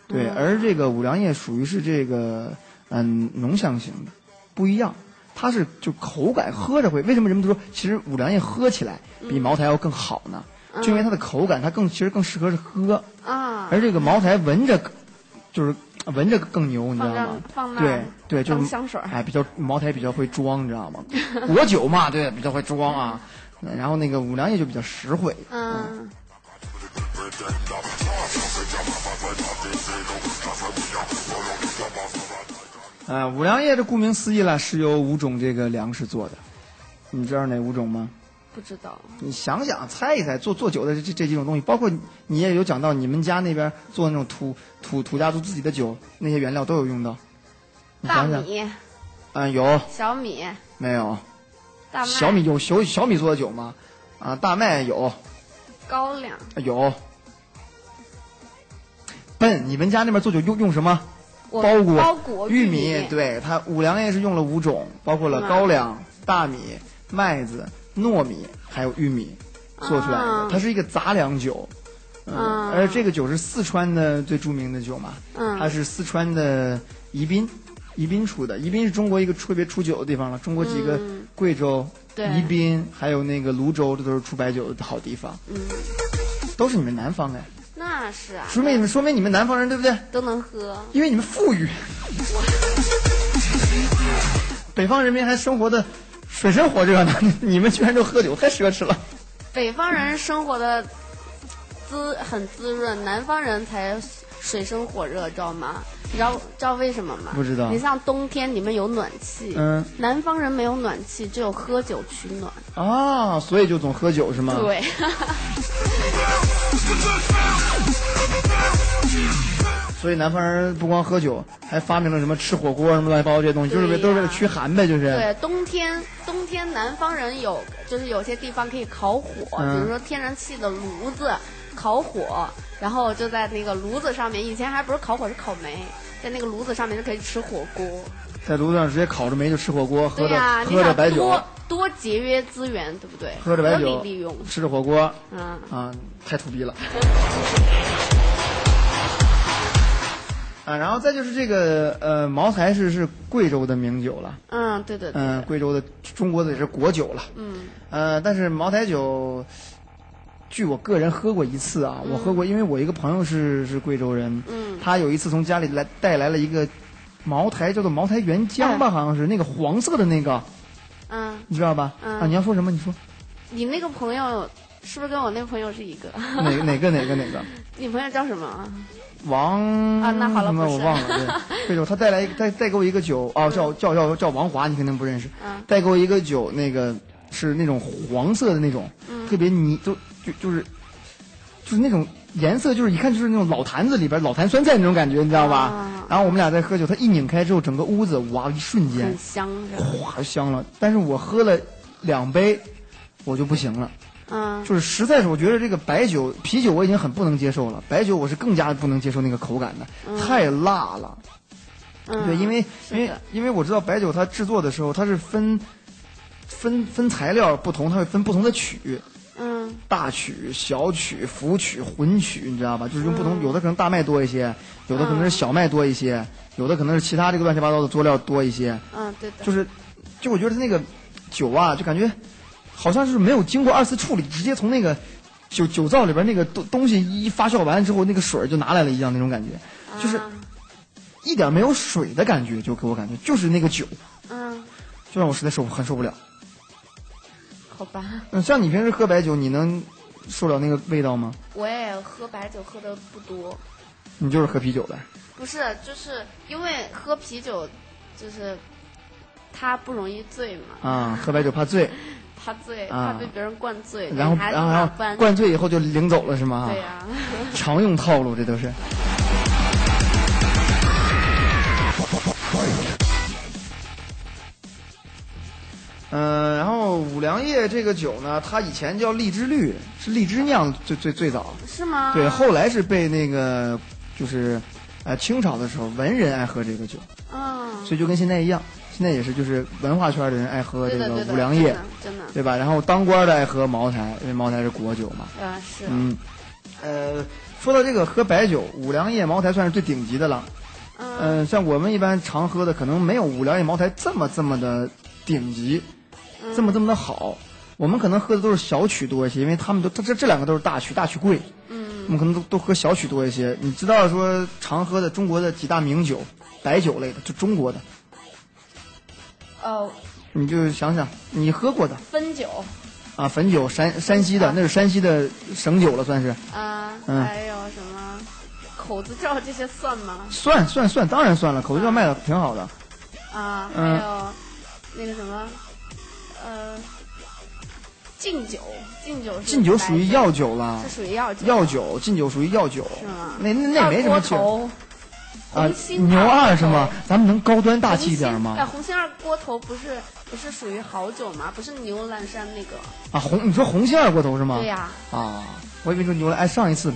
[SPEAKER 9] 对，
[SPEAKER 10] 嗯
[SPEAKER 9] 而这个五粮液属于是这个嗯浓香型的，不一样，它是就口感喝着会，为什么人们都说其实五粮液喝起来比茅台要更好呢？
[SPEAKER 10] 嗯
[SPEAKER 9] 就因为它的口感，它更其实更适合是喝，
[SPEAKER 10] 啊，
[SPEAKER 9] 而这个茅台闻着就是闻着更牛，你知道
[SPEAKER 10] 放
[SPEAKER 9] 吗
[SPEAKER 10] 着？放那
[SPEAKER 9] 对对，就是
[SPEAKER 10] 当香水儿
[SPEAKER 9] 哎，比较茅台比较会装，你知道吗？ 果酒嘛，对，比较会装啊。然后那个五粮液就比较实惠，
[SPEAKER 10] 嗯，
[SPEAKER 9] 呃，五粮液这顾名思义了，是由五种这个粮食做的。你知道哪五种吗？
[SPEAKER 10] 不知道，
[SPEAKER 9] 你想想，猜一猜，做做酒的这这这几种东西，包括你你也有讲到你们家那边做那种土土土家族自己的酒，那些原料都有用到。你
[SPEAKER 10] 大
[SPEAKER 9] 想想
[SPEAKER 10] 米、
[SPEAKER 9] 嗯，有。
[SPEAKER 10] 小米。
[SPEAKER 9] 没有。
[SPEAKER 10] 大麦。
[SPEAKER 9] 小米有小小米做的酒吗？啊，大麦有。
[SPEAKER 10] 高粱。
[SPEAKER 9] 有。笨，你们家那边做酒用用什么？
[SPEAKER 10] 苞
[SPEAKER 9] 谷、
[SPEAKER 10] 苞谷、
[SPEAKER 9] 玉
[SPEAKER 10] 米，嗯
[SPEAKER 9] 对它五粮液是用了五种，包括了高粱、大米、麦子、糯米，还有玉米做出来的，
[SPEAKER 10] 啊
[SPEAKER 9] 它是一个杂粮酒。嗯，
[SPEAKER 10] 啊
[SPEAKER 9] 而这个酒是四川的最著名的酒嘛，
[SPEAKER 10] 嗯
[SPEAKER 9] 它是四川的宜宾，宜宾出的，宜宾是中国一个特别出酒的地方了，中国几个
[SPEAKER 10] 嗯
[SPEAKER 9] 贵州、
[SPEAKER 10] 对
[SPEAKER 9] 宜宾还有那个泸州，这都是出白酒的好地方，
[SPEAKER 10] 嗯，
[SPEAKER 9] 都是你们南方哎，
[SPEAKER 10] 那是啊，
[SPEAKER 9] 说明你们说明你们南方人对不对？
[SPEAKER 10] 都能喝。
[SPEAKER 9] 因为你们富裕，北方人民还生活的水深火热呢， 你们居然就喝酒，太奢侈了。
[SPEAKER 10] 北方人生活的滋很滋润，南方人才水深火热，知道吗？你知道知道为什么吗？
[SPEAKER 9] 不知道
[SPEAKER 10] 你像冬天，你们有暖气，
[SPEAKER 9] 嗯，
[SPEAKER 10] 南方人没有暖气，只有喝酒取暖。
[SPEAKER 9] 啊，所以就总喝酒是吗？。
[SPEAKER 10] 对，
[SPEAKER 9] 所以南方人不光喝酒，还发明了什么吃火锅什么乱七八糟这些东西，就是为
[SPEAKER 10] 对呀
[SPEAKER 9] 都是为了驱寒呗，就是。
[SPEAKER 10] 对，冬天冬天南方人有就是有些地方可以烤火，
[SPEAKER 9] 嗯
[SPEAKER 10] 比如说天然气的炉子烤火，然后就在那个炉子上面，以前还不是烤火是烤煤，在那个炉子上面就可以吃火锅。
[SPEAKER 9] 在炉子上直接烤着煤就吃火锅，喝
[SPEAKER 10] 对
[SPEAKER 9] 着、
[SPEAKER 10] 呀、你
[SPEAKER 9] 喝着
[SPEAKER 10] 想
[SPEAKER 9] 白酒
[SPEAKER 10] 多，多节约资源，对不对？
[SPEAKER 9] 喝着白酒
[SPEAKER 10] 合理利用，
[SPEAKER 9] 吃着火锅，
[SPEAKER 10] 嗯，
[SPEAKER 9] 啊，太土逼了。啊，然后再就是这个呃，茅台是是贵州的名酒了，
[SPEAKER 10] 嗯，对对对，
[SPEAKER 9] 嗯、贵州的中国的也是国酒了，
[SPEAKER 10] 嗯
[SPEAKER 9] 呃，但是茅台酒，据我个人喝过一次啊，我喝过，因为我一个朋友是是贵州人，
[SPEAKER 10] 嗯
[SPEAKER 9] 他有一次从家里来带来了一个茅台，叫做茅台原浆
[SPEAKER 10] 哎
[SPEAKER 9] 吧，好像是那个黄色的那个，
[SPEAKER 10] 嗯，
[SPEAKER 9] 你知道吧？
[SPEAKER 10] 嗯
[SPEAKER 9] 啊，你要说什么？你 说
[SPEAKER 10] 你那个朋友是不是跟我那朋友是一个？
[SPEAKER 9] 哪哪个哪个哪个？
[SPEAKER 10] 你朋友叫什么啊？
[SPEAKER 9] 王
[SPEAKER 10] 啊那好了
[SPEAKER 9] 什么
[SPEAKER 10] 不
[SPEAKER 9] 我
[SPEAKER 10] 是
[SPEAKER 9] 忘了。 对，对，他带来带带给我一个酒哦，叫叫叫叫王华，你肯定不认识。
[SPEAKER 10] 嗯
[SPEAKER 9] 带给我一个酒，那个是那种黄色的那种，
[SPEAKER 10] 嗯
[SPEAKER 9] 特别泥，就就就是就是那种颜色，就是一看就是那种老坛子里边老坛酸菜那种感觉，你知道吧？
[SPEAKER 10] 啊
[SPEAKER 9] 然后我们俩在喝酒，他一拧开之后，整个屋子哇，一瞬间
[SPEAKER 10] 很香是吧？
[SPEAKER 9] 哗就香了。但是我喝了两杯，我就不行了。
[SPEAKER 10] 嗯，
[SPEAKER 9] 就是实在是我觉得这个白酒、啤酒我已经很不能接受了，白酒我是更加不能接受那个口感的，
[SPEAKER 10] 嗯
[SPEAKER 9] 太辣了。
[SPEAKER 10] 嗯
[SPEAKER 9] 对，因为
[SPEAKER 10] 是
[SPEAKER 9] 因
[SPEAKER 10] 的
[SPEAKER 9] 为因为我知道白酒它制作的时候它是分分分材料不同，它会分不同的曲，
[SPEAKER 10] 嗯
[SPEAKER 9] 大曲、小曲、辅曲、混曲，你知道吧？就是用不同，
[SPEAKER 10] 嗯
[SPEAKER 9] 有的可能大麦多一些，有的可能是
[SPEAKER 10] 嗯
[SPEAKER 9] 小麦多一些，有的可能是其他这个乱七八糟的佐料多一些。
[SPEAKER 10] 嗯，对的，
[SPEAKER 9] 就是，就我觉得那个酒啊，就感觉好像是没有经过二次处理，直接从那个酒酒灶里边那个东东西一发酵完之后，那个水儿就拿来了一样那种感觉，就是
[SPEAKER 10] 啊
[SPEAKER 9] 一点没有水的感觉，就给我感觉就是那个酒，
[SPEAKER 10] 嗯，
[SPEAKER 9] 就让我实在受很受不了。
[SPEAKER 10] 好吧，
[SPEAKER 9] 嗯，像你平时喝白酒，你能受了那个味道吗？
[SPEAKER 10] 我也喝白酒喝的不多，
[SPEAKER 9] 你就是喝啤酒呗。
[SPEAKER 10] 不是，就是因为喝啤酒，就是他不容易醉嘛，
[SPEAKER 9] 啊，喝白酒怕醉，
[SPEAKER 10] 怕醉，
[SPEAKER 9] 啊
[SPEAKER 10] 怕被别人灌醉，
[SPEAKER 9] 然后
[SPEAKER 10] 给孩子
[SPEAKER 9] 然后然
[SPEAKER 10] 打
[SPEAKER 9] 后
[SPEAKER 10] 翻
[SPEAKER 9] 灌啊醉以后就领走了是吗？
[SPEAKER 10] 对呀、
[SPEAKER 9] 常用套路，这都是。嗯、然后五粮液这个酒呢，它以前叫荔枝绿，是荔枝酿最最最早，
[SPEAKER 10] 是吗？
[SPEAKER 9] 对，后来是被那个就是，呃，清朝的时候文人爱喝这个酒，
[SPEAKER 10] 嗯，
[SPEAKER 9] 所以就跟现在一样，现在也是就是文化圈的人爱喝这
[SPEAKER 10] 对的
[SPEAKER 9] 个
[SPEAKER 10] 对的
[SPEAKER 9] 五粮液，
[SPEAKER 10] 真的真的
[SPEAKER 9] 对吧？然后当官的爱喝茅台，因为茅台是国酒嘛，
[SPEAKER 10] 啊是，
[SPEAKER 9] 嗯，呃，说到这个喝白酒，五粮液、茅台算是最顶级的了。嗯、像我们一般常喝的，可能没有五粮液、茅台这么这么的顶级，这么这么的好。我们可能喝的都是小曲多一些，因为他们都这这这两个都是大曲，大曲贵。嗯，我们可能都都喝小曲多一些。你知道说常喝的中国的几大名酒，白酒类的，就中国的，
[SPEAKER 10] 哦，
[SPEAKER 9] 你就想想你喝过的
[SPEAKER 10] 汾酒
[SPEAKER 9] 啊，汾酒，山山西的，那是山西的省酒了，算是。
[SPEAKER 10] 啊，
[SPEAKER 9] 嗯
[SPEAKER 10] 还有什么口子窖这些算吗？
[SPEAKER 9] 算算算，当然算了，口子窖卖的挺好的。
[SPEAKER 10] 啊，还
[SPEAKER 9] 嗯
[SPEAKER 10] 有那个什么，呃，敬酒，敬酒是
[SPEAKER 9] 禁酒
[SPEAKER 10] 白
[SPEAKER 9] 属于
[SPEAKER 10] 酒
[SPEAKER 9] 药酒了
[SPEAKER 10] 这，属于药酒，
[SPEAKER 9] 药酒禁酒属于药酒
[SPEAKER 10] 是吗，
[SPEAKER 9] 那那那也没什么
[SPEAKER 10] 二锅
[SPEAKER 9] 酒。
[SPEAKER 10] 头
[SPEAKER 9] 啊
[SPEAKER 10] 红，星
[SPEAKER 9] 牛
[SPEAKER 10] 二
[SPEAKER 9] 二是吗？咱们能高端大气一点
[SPEAKER 10] 哎，
[SPEAKER 9] 吗？
[SPEAKER 10] 红星二锅头不是不是属于好酒吗？不是牛栏山那个。
[SPEAKER 9] 啊，红，你说红杏二锅头是吗？
[SPEAKER 10] 对呀
[SPEAKER 9] 啊，我以为说牛栏。哎，上一次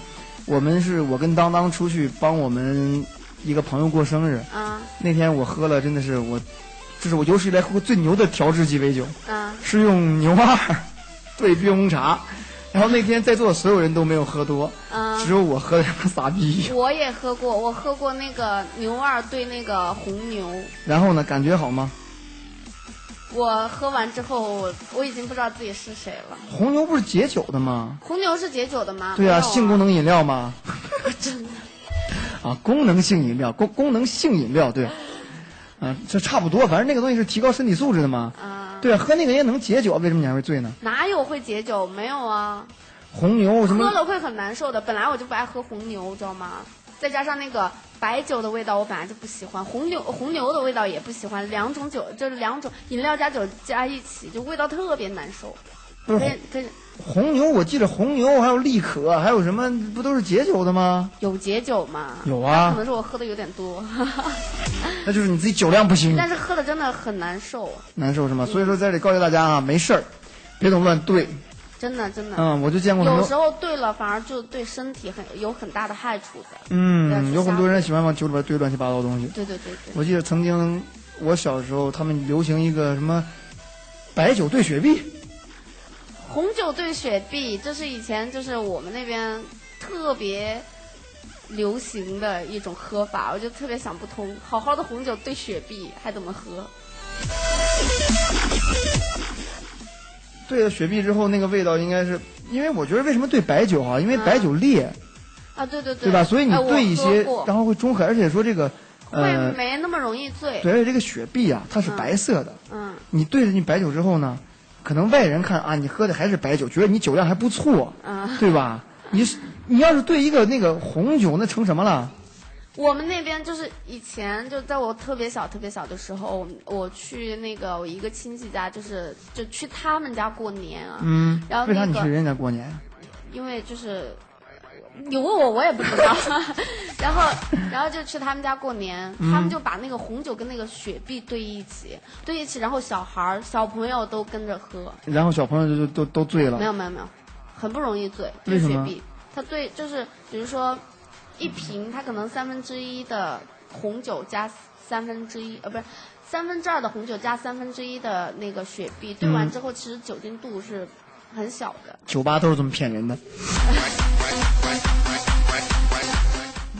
[SPEAKER 9] 我们是我跟当当出去帮我们一个朋友过生日，
[SPEAKER 10] 啊
[SPEAKER 9] 那天我喝了真的是我，这是我有史以来喝过最牛的调制鸡尾酒。
[SPEAKER 10] 啊
[SPEAKER 9] 是用牛二 兑冰红茶，然后那天在座的所有人都没有喝多，
[SPEAKER 10] 啊！
[SPEAKER 9] 只有我喝的像傻逼。
[SPEAKER 10] 我也喝过，我喝过那个牛二兑那个红牛，
[SPEAKER 9] 然后呢，感觉好吗？
[SPEAKER 10] 我喝完之后，我我已经不知道自己是谁了。
[SPEAKER 9] 红牛不是解酒的吗？
[SPEAKER 10] 红牛是解酒的吗？
[SPEAKER 9] 对
[SPEAKER 10] 没有
[SPEAKER 9] 啊，
[SPEAKER 10] 啊，
[SPEAKER 9] 性功能饮料吗？
[SPEAKER 10] 真的。
[SPEAKER 9] 啊，功能性饮料，功功能性饮料，对，啊，这差不多，反正那个东西是提高身体素质的嘛。
[SPEAKER 10] 啊
[SPEAKER 9] 对啊，喝那个也能解酒，为什么你还会醉呢？
[SPEAKER 10] 哪有会解酒？没有啊，
[SPEAKER 9] 红牛什
[SPEAKER 10] 喝
[SPEAKER 9] 么？
[SPEAKER 10] 了会很难受的。本来我就不爱喝红牛，知道吗？再加上那个白酒的味道，我本来就不喜欢，红牛红牛的味道也不喜欢，两种酒就是两种饮料加酒加一起，就味道特别难受。
[SPEAKER 9] 不是
[SPEAKER 10] 跟跟
[SPEAKER 9] 红牛，我记得红牛还有利可，还有什么，不都是解酒的吗？
[SPEAKER 10] 有解酒吗？
[SPEAKER 9] 有啊
[SPEAKER 10] 可能是我喝的有点多，
[SPEAKER 9] 那就是你自己酒量不行。
[SPEAKER 10] 但是喝的真的很难受，
[SPEAKER 9] 难受是吗？所以说在这里告诫大家啊，没事儿，别总乱对。
[SPEAKER 10] 真的真的。
[SPEAKER 9] 嗯，我就见过很
[SPEAKER 10] 有时
[SPEAKER 9] 多，
[SPEAKER 10] 候对了，反而就对身体很有很大的害处的。对
[SPEAKER 9] 嗯，
[SPEAKER 10] 是
[SPEAKER 9] 有很
[SPEAKER 10] 瞎
[SPEAKER 9] 多人喜欢往酒里边兑乱七八糟的东西。
[SPEAKER 10] 对对对对，
[SPEAKER 9] 我记得曾经我小时候，他们流行一个什么白酒兑雪碧，
[SPEAKER 10] 红酒兑雪碧，这是以前就是我们那边特别流行的一种喝法，我就特别想不通，好好的红酒兑雪碧还怎么喝？
[SPEAKER 9] 兑了雪碧之后，那个味道应该是，因为我觉得为什么兑白酒啊？因为白酒烈，
[SPEAKER 10] 啊，对嗯对对，
[SPEAKER 9] 对吧？所以你
[SPEAKER 10] 哎我
[SPEAKER 9] 兑一些，
[SPEAKER 10] 喝过
[SPEAKER 9] 然后会中和，而且说这个，
[SPEAKER 10] 会
[SPEAKER 9] 呃，
[SPEAKER 10] 没那么容易醉。
[SPEAKER 9] 对，而且这个雪碧啊，它是
[SPEAKER 10] 嗯
[SPEAKER 9] 白色的，
[SPEAKER 10] 嗯，
[SPEAKER 9] 你兑了进白酒之后呢，可能外人看啊，你喝的还是白酒，觉得你酒量还不错，
[SPEAKER 10] 啊
[SPEAKER 9] 对吧？你是你要是兑一个那个红酒，那成什么了？
[SPEAKER 10] 我们那边就是以前就在我特别小特别小的时候，我去那个我一个亲戚家，就是就去他们家过年啊。
[SPEAKER 9] 嗯，
[SPEAKER 10] 然后
[SPEAKER 9] 为啥
[SPEAKER 10] 那
[SPEAKER 9] 你
[SPEAKER 10] 个
[SPEAKER 9] 去人家家过年啊？
[SPEAKER 10] 因为就是你问我，我也不知道。然后，然后就去他们家过年，
[SPEAKER 9] 嗯
[SPEAKER 10] 他们就把那个红酒跟那个雪碧兑一起，兑一起，然后小孩儿、小朋友都跟着喝。
[SPEAKER 9] 然后小朋友就就都都醉了
[SPEAKER 10] 没，有没有没有，很不容易醉。
[SPEAKER 9] 为什么
[SPEAKER 10] 这个雪碧，它对就是比如说一瓶，它可能三分之一的红酒加三分之一，呃，不是。三分之二的红酒加三分之一的那个雪碧，兑完
[SPEAKER 9] 嗯
[SPEAKER 10] 之后，其实酒精度是很小的。
[SPEAKER 9] 酒吧都是这么骗人的。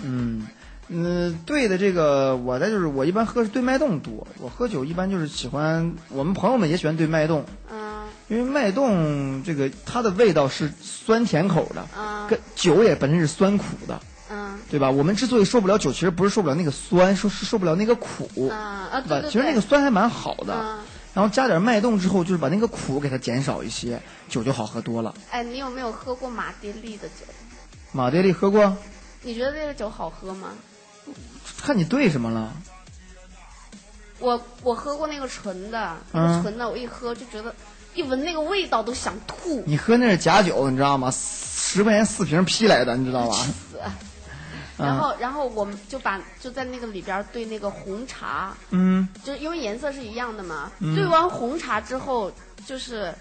[SPEAKER 9] 嗯嗯，兑的这个，我的就是我一般喝是兑脉动多，我喝酒一般就是喜欢，我们朋友们也喜欢兑脉动，
[SPEAKER 10] 嗯
[SPEAKER 9] 因为脉动这个它的味道是酸甜口的，
[SPEAKER 10] 嗯
[SPEAKER 9] 跟酒也本身是酸苦的。
[SPEAKER 10] 嗯。
[SPEAKER 9] 对吧？我们之所以受不了酒，其实不是受不了那个酸，说是受不了那个苦，
[SPEAKER 10] 啊啊
[SPEAKER 9] 对吧
[SPEAKER 10] 对对
[SPEAKER 9] 其实那个酸还蛮好的。
[SPEAKER 10] 嗯
[SPEAKER 9] 然后加点脉动之后，就是把那个苦给它减少一些，酒就好喝多了。
[SPEAKER 10] 哎，你有没有喝过马爹利的酒？
[SPEAKER 9] 马爹利喝过，
[SPEAKER 10] 你觉得这个酒好喝吗？
[SPEAKER 9] 看你兑什么了。
[SPEAKER 10] 我我喝过那个纯的，那
[SPEAKER 9] 嗯
[SPEAKER 10] 个纯的，我一喝就觉得，一闻那个味道都想吐。
[SPEAKER 9] 你喝那是假酒，你知道吗？十块钱四瓶批来的，你知道 吧？
[SPEAKER 10] 然后，
[SPEAKER 9] 嗯
[SPEAKER 10] 然后我们就把就在那个里边兑那个红茶，
[SPEAKER 9] 嗯，
[SPEAKER 10] 就是因为颜色是一样的嘛。
[SPEAKER 9] 嗯
[SPEAKER 10] 兑完红茶之后，就是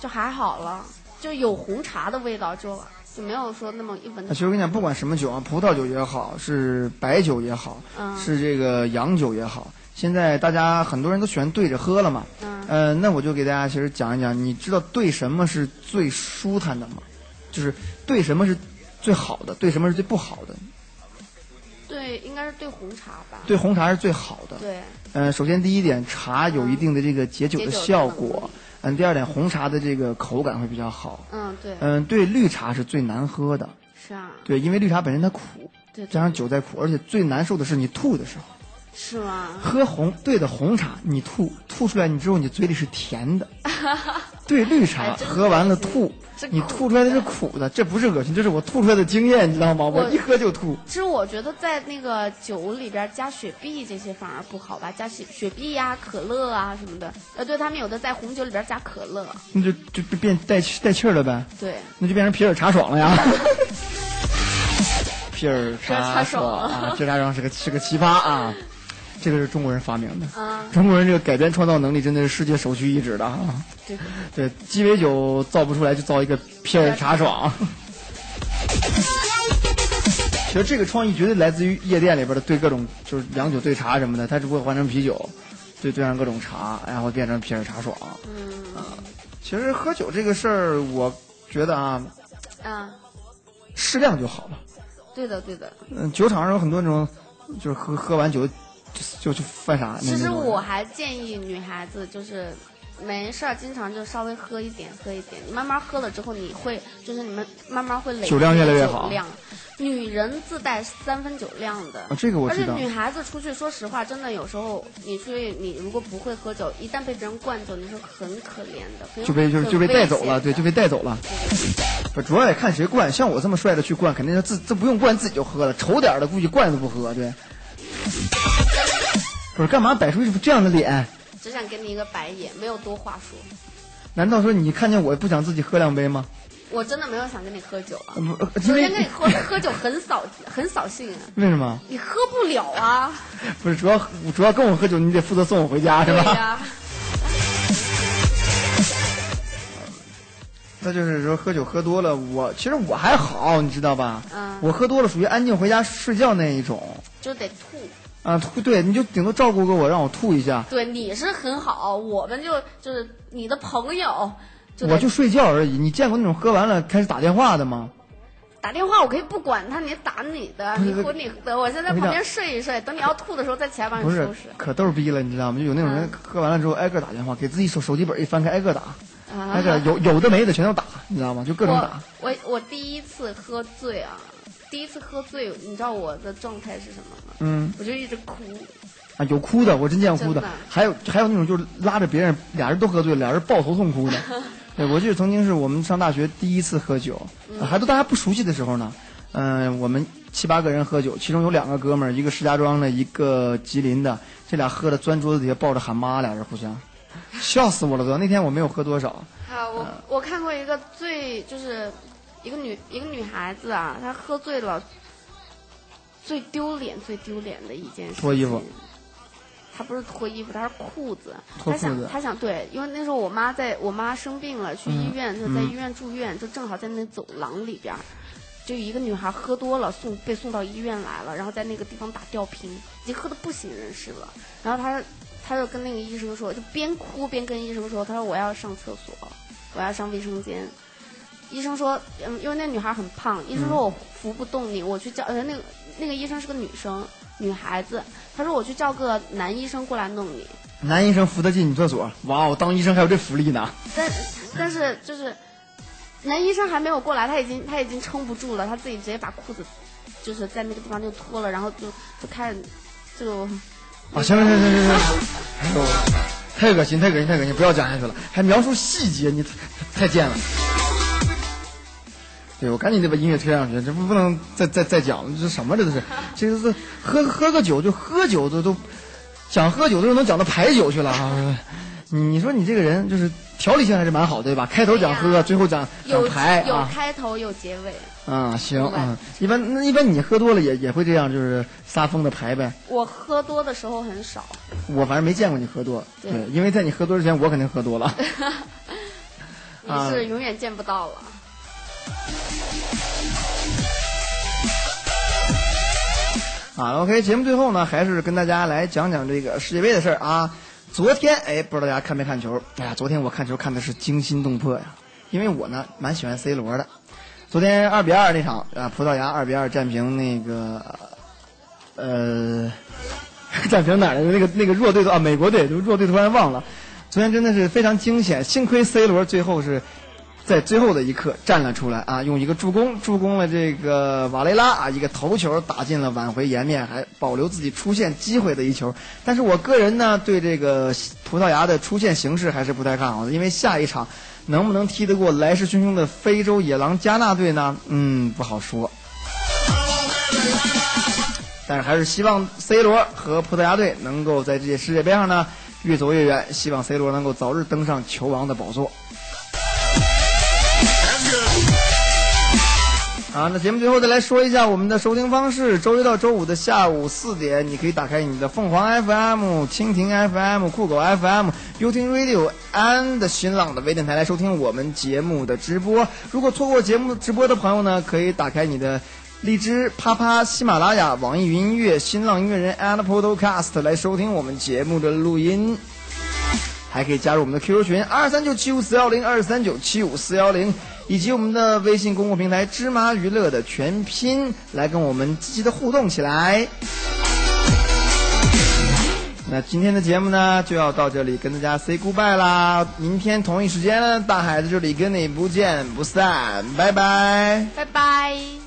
[SPEAKER 10] 就还好了，就有红茶的味道就，就没有说那么一闻
[SPEAKER 9] 其。实我跟你讲，不管什么酒啊，葡萄酒也好，是白酒也好，
[SPEAKER 10] 嗯
[SPEAKER 9] 是这个洋酒也好，现在大家很多人都喜欢对着喝了嘛。
[SPEAKER 10] 嗯
[SPEAKER 9] 呃，那我就给大家其实讲一讲，你知道对什么是最舒坦的吗？就是对什么是最好的，对什么是最不好的？
[SPEAKER 10] 对，应该是兑红茶吧。
[SPEAKER 9] 对红茶是最好的。
[SPEAKER 10] 对，嗯
[SPEAKER 9] 嗯、首先第一点，茶有一定的这个解酒的
[SPEAKER 10] 解酒的
[SPEAKER 9] 效
[SPEAKER 10] 能力
[SPEAKER 9] 果。嗯，第二点，红茶的这个口感会比较好。
[SPEAKER 10] 嗯对，
[SPEAKER 9] 嗯、对，绿茶是最难喝的。
[SPEAKER 10] 是啊，
[SPEAKER 9] 对，因为绿茶本身它苦，
[SPEAKER 10] 对对
[SPEAKER 9] 加上酒再苦，而且最难受的是你吐的时候，
[SPEAKER 10] 是吗？
[SPEAKER 9] 喝红对的红茶，你吐吐出来，你之后你嘴里是甜 的；对绿茶、
[SPEAKER 10] 哎真
[SPEAKER 9] 喝完了吐
[SPEAKER 10] 是，
[SPEAKER 9] 你吐出来的是苦的，这不是恶心，这是我吐出来的经验，你知道吗？我
[SPEAKER 10] 我
[SPEAKER 9] 一喝就吐。
[SPEAKER 10] 其实我觉得在那个酒里边加雪碧这些反而不好吧，加雪雪碧呀、可乐啊什么的。呃，对他们有的在红酒里边加可乐，
[SPEAKER 9] 那就就就变带气带气儿了呗，
[SPEAKER 10] 对，
[SPEAKER 9] 那就变成皮尔茶爽了呀。皮皮尔沙
[SPEAKER 10] 爽
[SPEAKER 9] 啊，这沙爽是个是个奇葩啊，这个是中国人发明的
[SPEAKER 10] 啊
[SPEAKER 9] 中国人这个改编创造能力真的是世界首屈一指的啊。
[SPEAKER 10] 对
[SPEAKER 9] 对，鸡尾酒造不出来，就造一个皮尔沙爽。 其实这个创意绝对来自于夜店里边的兑各种就是洋酒兑茶什么的，它只不过换成啤酒，兑兑上各种茶，然后变成皮尔茶爽。呃
[SPEAKER 10] 嗯
[SPEAKER 9] 其实喝酒这个事儿，我觉得啊，
[SPEAKER 10] 啊，
[SPEAKER 9] 适量就好了。
[SPEAKER 10] 对的对的。
[SPEAKER 9] 嗯，酒场上有很多那种，就是喝喝完酒就就就犯傻。那
[SPEAKER 10] 其实
[SPEAKER 9] 那种
[SPEAKER 10] 我还建议女孩子就是。没事儿，经常就稍微喝一点，喝一点。你慢慢喝了之后，你会就是你们慢慢会累积
[SPEAKER 9] 酒量越来越好
[SPEAKER 10] 酒量，女人自带三分酒量的。
[SPEAKER 9] 啊这个我知道
[SPEAKER 10] 而且女孩子出去，说实话，真的有时候你出去，你如果不会喝酒，一旦被别人灌酒，你是很可怜的，很有
[SPEAKER 9] 就被就
[SPEAKER 10] 很
[SPEAKER 9] 就被带走
[SPEAKER 10] 危
[SPEAKER 9] 了，
[SPEAKER 10] 险的
[SPEAKER 9] 对，就被带走了。不主要也看谁灌，像我这么帅的去灌，肯定是自这不用灌自己就喝了，丑点儿的估计灌都不喝，对。不是干嘛摆出一副这样的脸？
[SPEAKER 10] 只想给你一个白眼，没有多话说。
[SPEAKER 9] 难道说你看见我不想自己喝两杯吗？
[SPEAKER 10] 我真的没有想跟你喝酒啊
[SPEAKER 9] 呃，不呃因
[SPEAKER 10] 首
[SPEAKER 9] 为
[SPEAKER 10] 先跟你喝喝酒很扫很扫兴啊，
[SPEAKER 9] 为什么？
[SPEAKER 10] 你喝不了啊，
[SPEAKER 9] 不是主要主要跟我喝酒，你得负责送我回家是
[SPEAKER 10] 对
[SPEAKER 9] 吧？
[SPEAKER 10] 呀、
[SPEAKER 9] 那就是说喝酒喝多了，我其实我还好，你知道吧？
[SPEAKER 10] 嗯
[SPEAKER 9] 我喝多了属于安静回家睡觉那一种
[SPEAKER 10] 就得吐。
[SPEAKER 9] 啊，吐对，你就顶多照顾个我，让我吐一下，
[SPEAKER 10] 对，你是很好，我们就就是你的朋友，就得
[SPEAKER 9] 我就睡觉而已。你见过那种喝完了开始打电话的吗？
[SPEAKER 10] 打电话，我可以不管他，你打你的，
[SPEAKER 9] 不是
[SPEAKER 10] 你滚你的，我先在
[SPEAKER 9] 我跟你
[SPEAKER 10] 旁
[SPEAKER 9] 讲
[SPEAKER 10] 边睡一睡，等你要吐的时候再起来帮你
[SPEAKER 9] 不是
[SPEAKER 10] 收拾，
[SPEAKER 9] 可逗逼了，你知道吗？就有那种人
[SPEAKER 10] 嗯
[SPEAKER 9] 喝完了之后挨个打电话，给自己手手机本一翻开挨个打，
[SPEAKER 10] 啊
[SPEAKER 9] 挨个有有的没的全都打，你知道吗？就各种打。
[SPEAKER 10] 我我我第一次喝醉啊，第一次喝醉，你知道我的状态是什么吗？
[SPEAKER 9] 嗯
[SPEAKER 10] 我就一直哭。
[SPEAKER 9] 啊，有哭的，我真见过哭
[SPEAKER 10] 真的
[SPEAKER 9] 还有还有那种就是拉着别人，俩人都喝醉，俩人抱头痛哭 的。对，我记得曾经是我们上大学第一次喝酒，
[SPEAKER 10] 嗯
[SPEAKER 9] 呃还都大家不熟悉的时候呢。嗯、我们七八个人喝酒，其中有两个哥们儿，一个石家庄的，一个吉林的，这俩喝的钻桌子底下抱着喊妈，俩人互相，笑死我了都。那天我没有喝多少，
[SPEAKER 10] 啊，我我看过一个最就是一个女一个女孩子啊，她喝醉了，最丢脸最丢脸的一件事情。
[SPEAKER 9] 脱衣服。
[SPEAKER 10] 她不是脱衣服，她是裤子。
[SPEAKER 9] 脱
[SPEAKER 10] 她
[SPEAKER 9] 裤
[SPEAKER 10] 想
[SPEAKER 9] 子
[SPEAKER 10] 她想对，因为那时候我妈在我妈生病了，去医院、
[SPEAKER 9] 嗯
[SPEAKER 10] 就在
[SPEAKER 9] 嗯
[SPEAKER 10] 医院住院，就正好在那走廊里边儿。就一个女孩喝多了，送被送到医院来了，然后在那个地方打吊瓶，已经喝得不省人事了。然后她她就跟那个医生说，就边哭边跟医生说，她说我要上厕所，我要上卫生间。医生说，嗯，因为那女孩很胖，医生说我扶不动你，我去叫，呃，那个那个医生是个女生，女孩子，她说我去叫个男医生过来弄你，
[SPEAKER 9] 男医生扶他进女厕所，哇哦，当医生还有这福利呢。
[SPEAKER 10] 但但是就是男医生还没有过来，他已经他已经撑不住了，他自己直接把裤子就是在那个地方就脱了，然后就就开始就
[SPEAKER 9] 啊，行了行了行了行了行了，哎呦，太恶心太恶心太恶心，不要讲下去了，还描述细节，你太太贱了。对，我赶紧得把音乐推上去，这不不能再再再讲了，这什么这都是，这都是喝喝个酒就喝酒都都，想喝酒都能讲到牌酒去了啊！你你说你这个人就是条理性还是蛮好，对吧？开头讲喝，最后讲讲
[SPEAKER 10] 有
[SPEAKER 9] 牌
[SPEAKER 10] 有
[SPEAKER 9] 啊
[SPEAKER 10] 开头有结尾。
[SPEAKER 9] 啊，行
[SPEAKER 10] 明白
[SPEAKER 9] 啊，一般那一般你喝多了也也会这样，就是撒疯的牌呗。
[SPEAKER 10] 我喝多的时候很少，
[SPEAKER 9] 我反正没见过你喝多，
[SPEAKER 10] 对
[SPEAKER 9] 因为在你喝多之前，我肯定喝多了。
[SPEAKER 10] 你是永远见不到了。
[SPEAKER 9] 啊，OK，节目最后呢，还是跟大家来讲讲这个世界杯的事儿啊。昨天，哎，不知道大家看没看球？哎呀，昨天我看球看的是惊心动魄呀，因为我呢蛮喜欢 C 罗的。昨天二比二那场啊，葡萄牙二比二战平那个，呃， 战平哪儿来的那个那个弱队的啊，美国队，就弱队突然忘了。昨天真的是非常惊险，幸亏 C 罗最后是在最后的一刻站了出来啊，用一个助攻助攻了这个瓦雷拉啊，一个头球打进了挽回颜面，还保留自己出线机会的一球。但是我个人呢，对这个葡萄牙的出线形势还是不太看好的，因为下一场能不能踢得过来势汹汹的非洲野狼加纳队呢？嗯，不好说。但是还是希望 C 罗和葡萄牙队能够在这届世界杯上呢越走越远，希望 C 罗能够早日登上 球王的宝座。啊，那节目最后再来说一下我们的收听方式：周一到周五的下午四点，你可以打开你的凤凰 FM、蜻蜓 FM、酷狗 FM、优听 Radio and 新浪的微电台来收听我们节目的直播。如果错过节目直播的朋友呢，可以打开你的。荔枝、啪啪、喜马拉雅、网易云音乐、新浪音乐人 and Podcast 来收听我们节目的录音，还可以加入我们的 QQ 群二三九七五四幺零二三九七五四幺零，以及我们的微信公共平台芝麻娱乐的全拼，来跟我们积极的互动起来。那今天的节目呢，就要到这里跟大家 say goodbye 啦！明天同一时间，大海在这里跟你不见不散，拜拜，
[SPEAKER 10] 拜拜。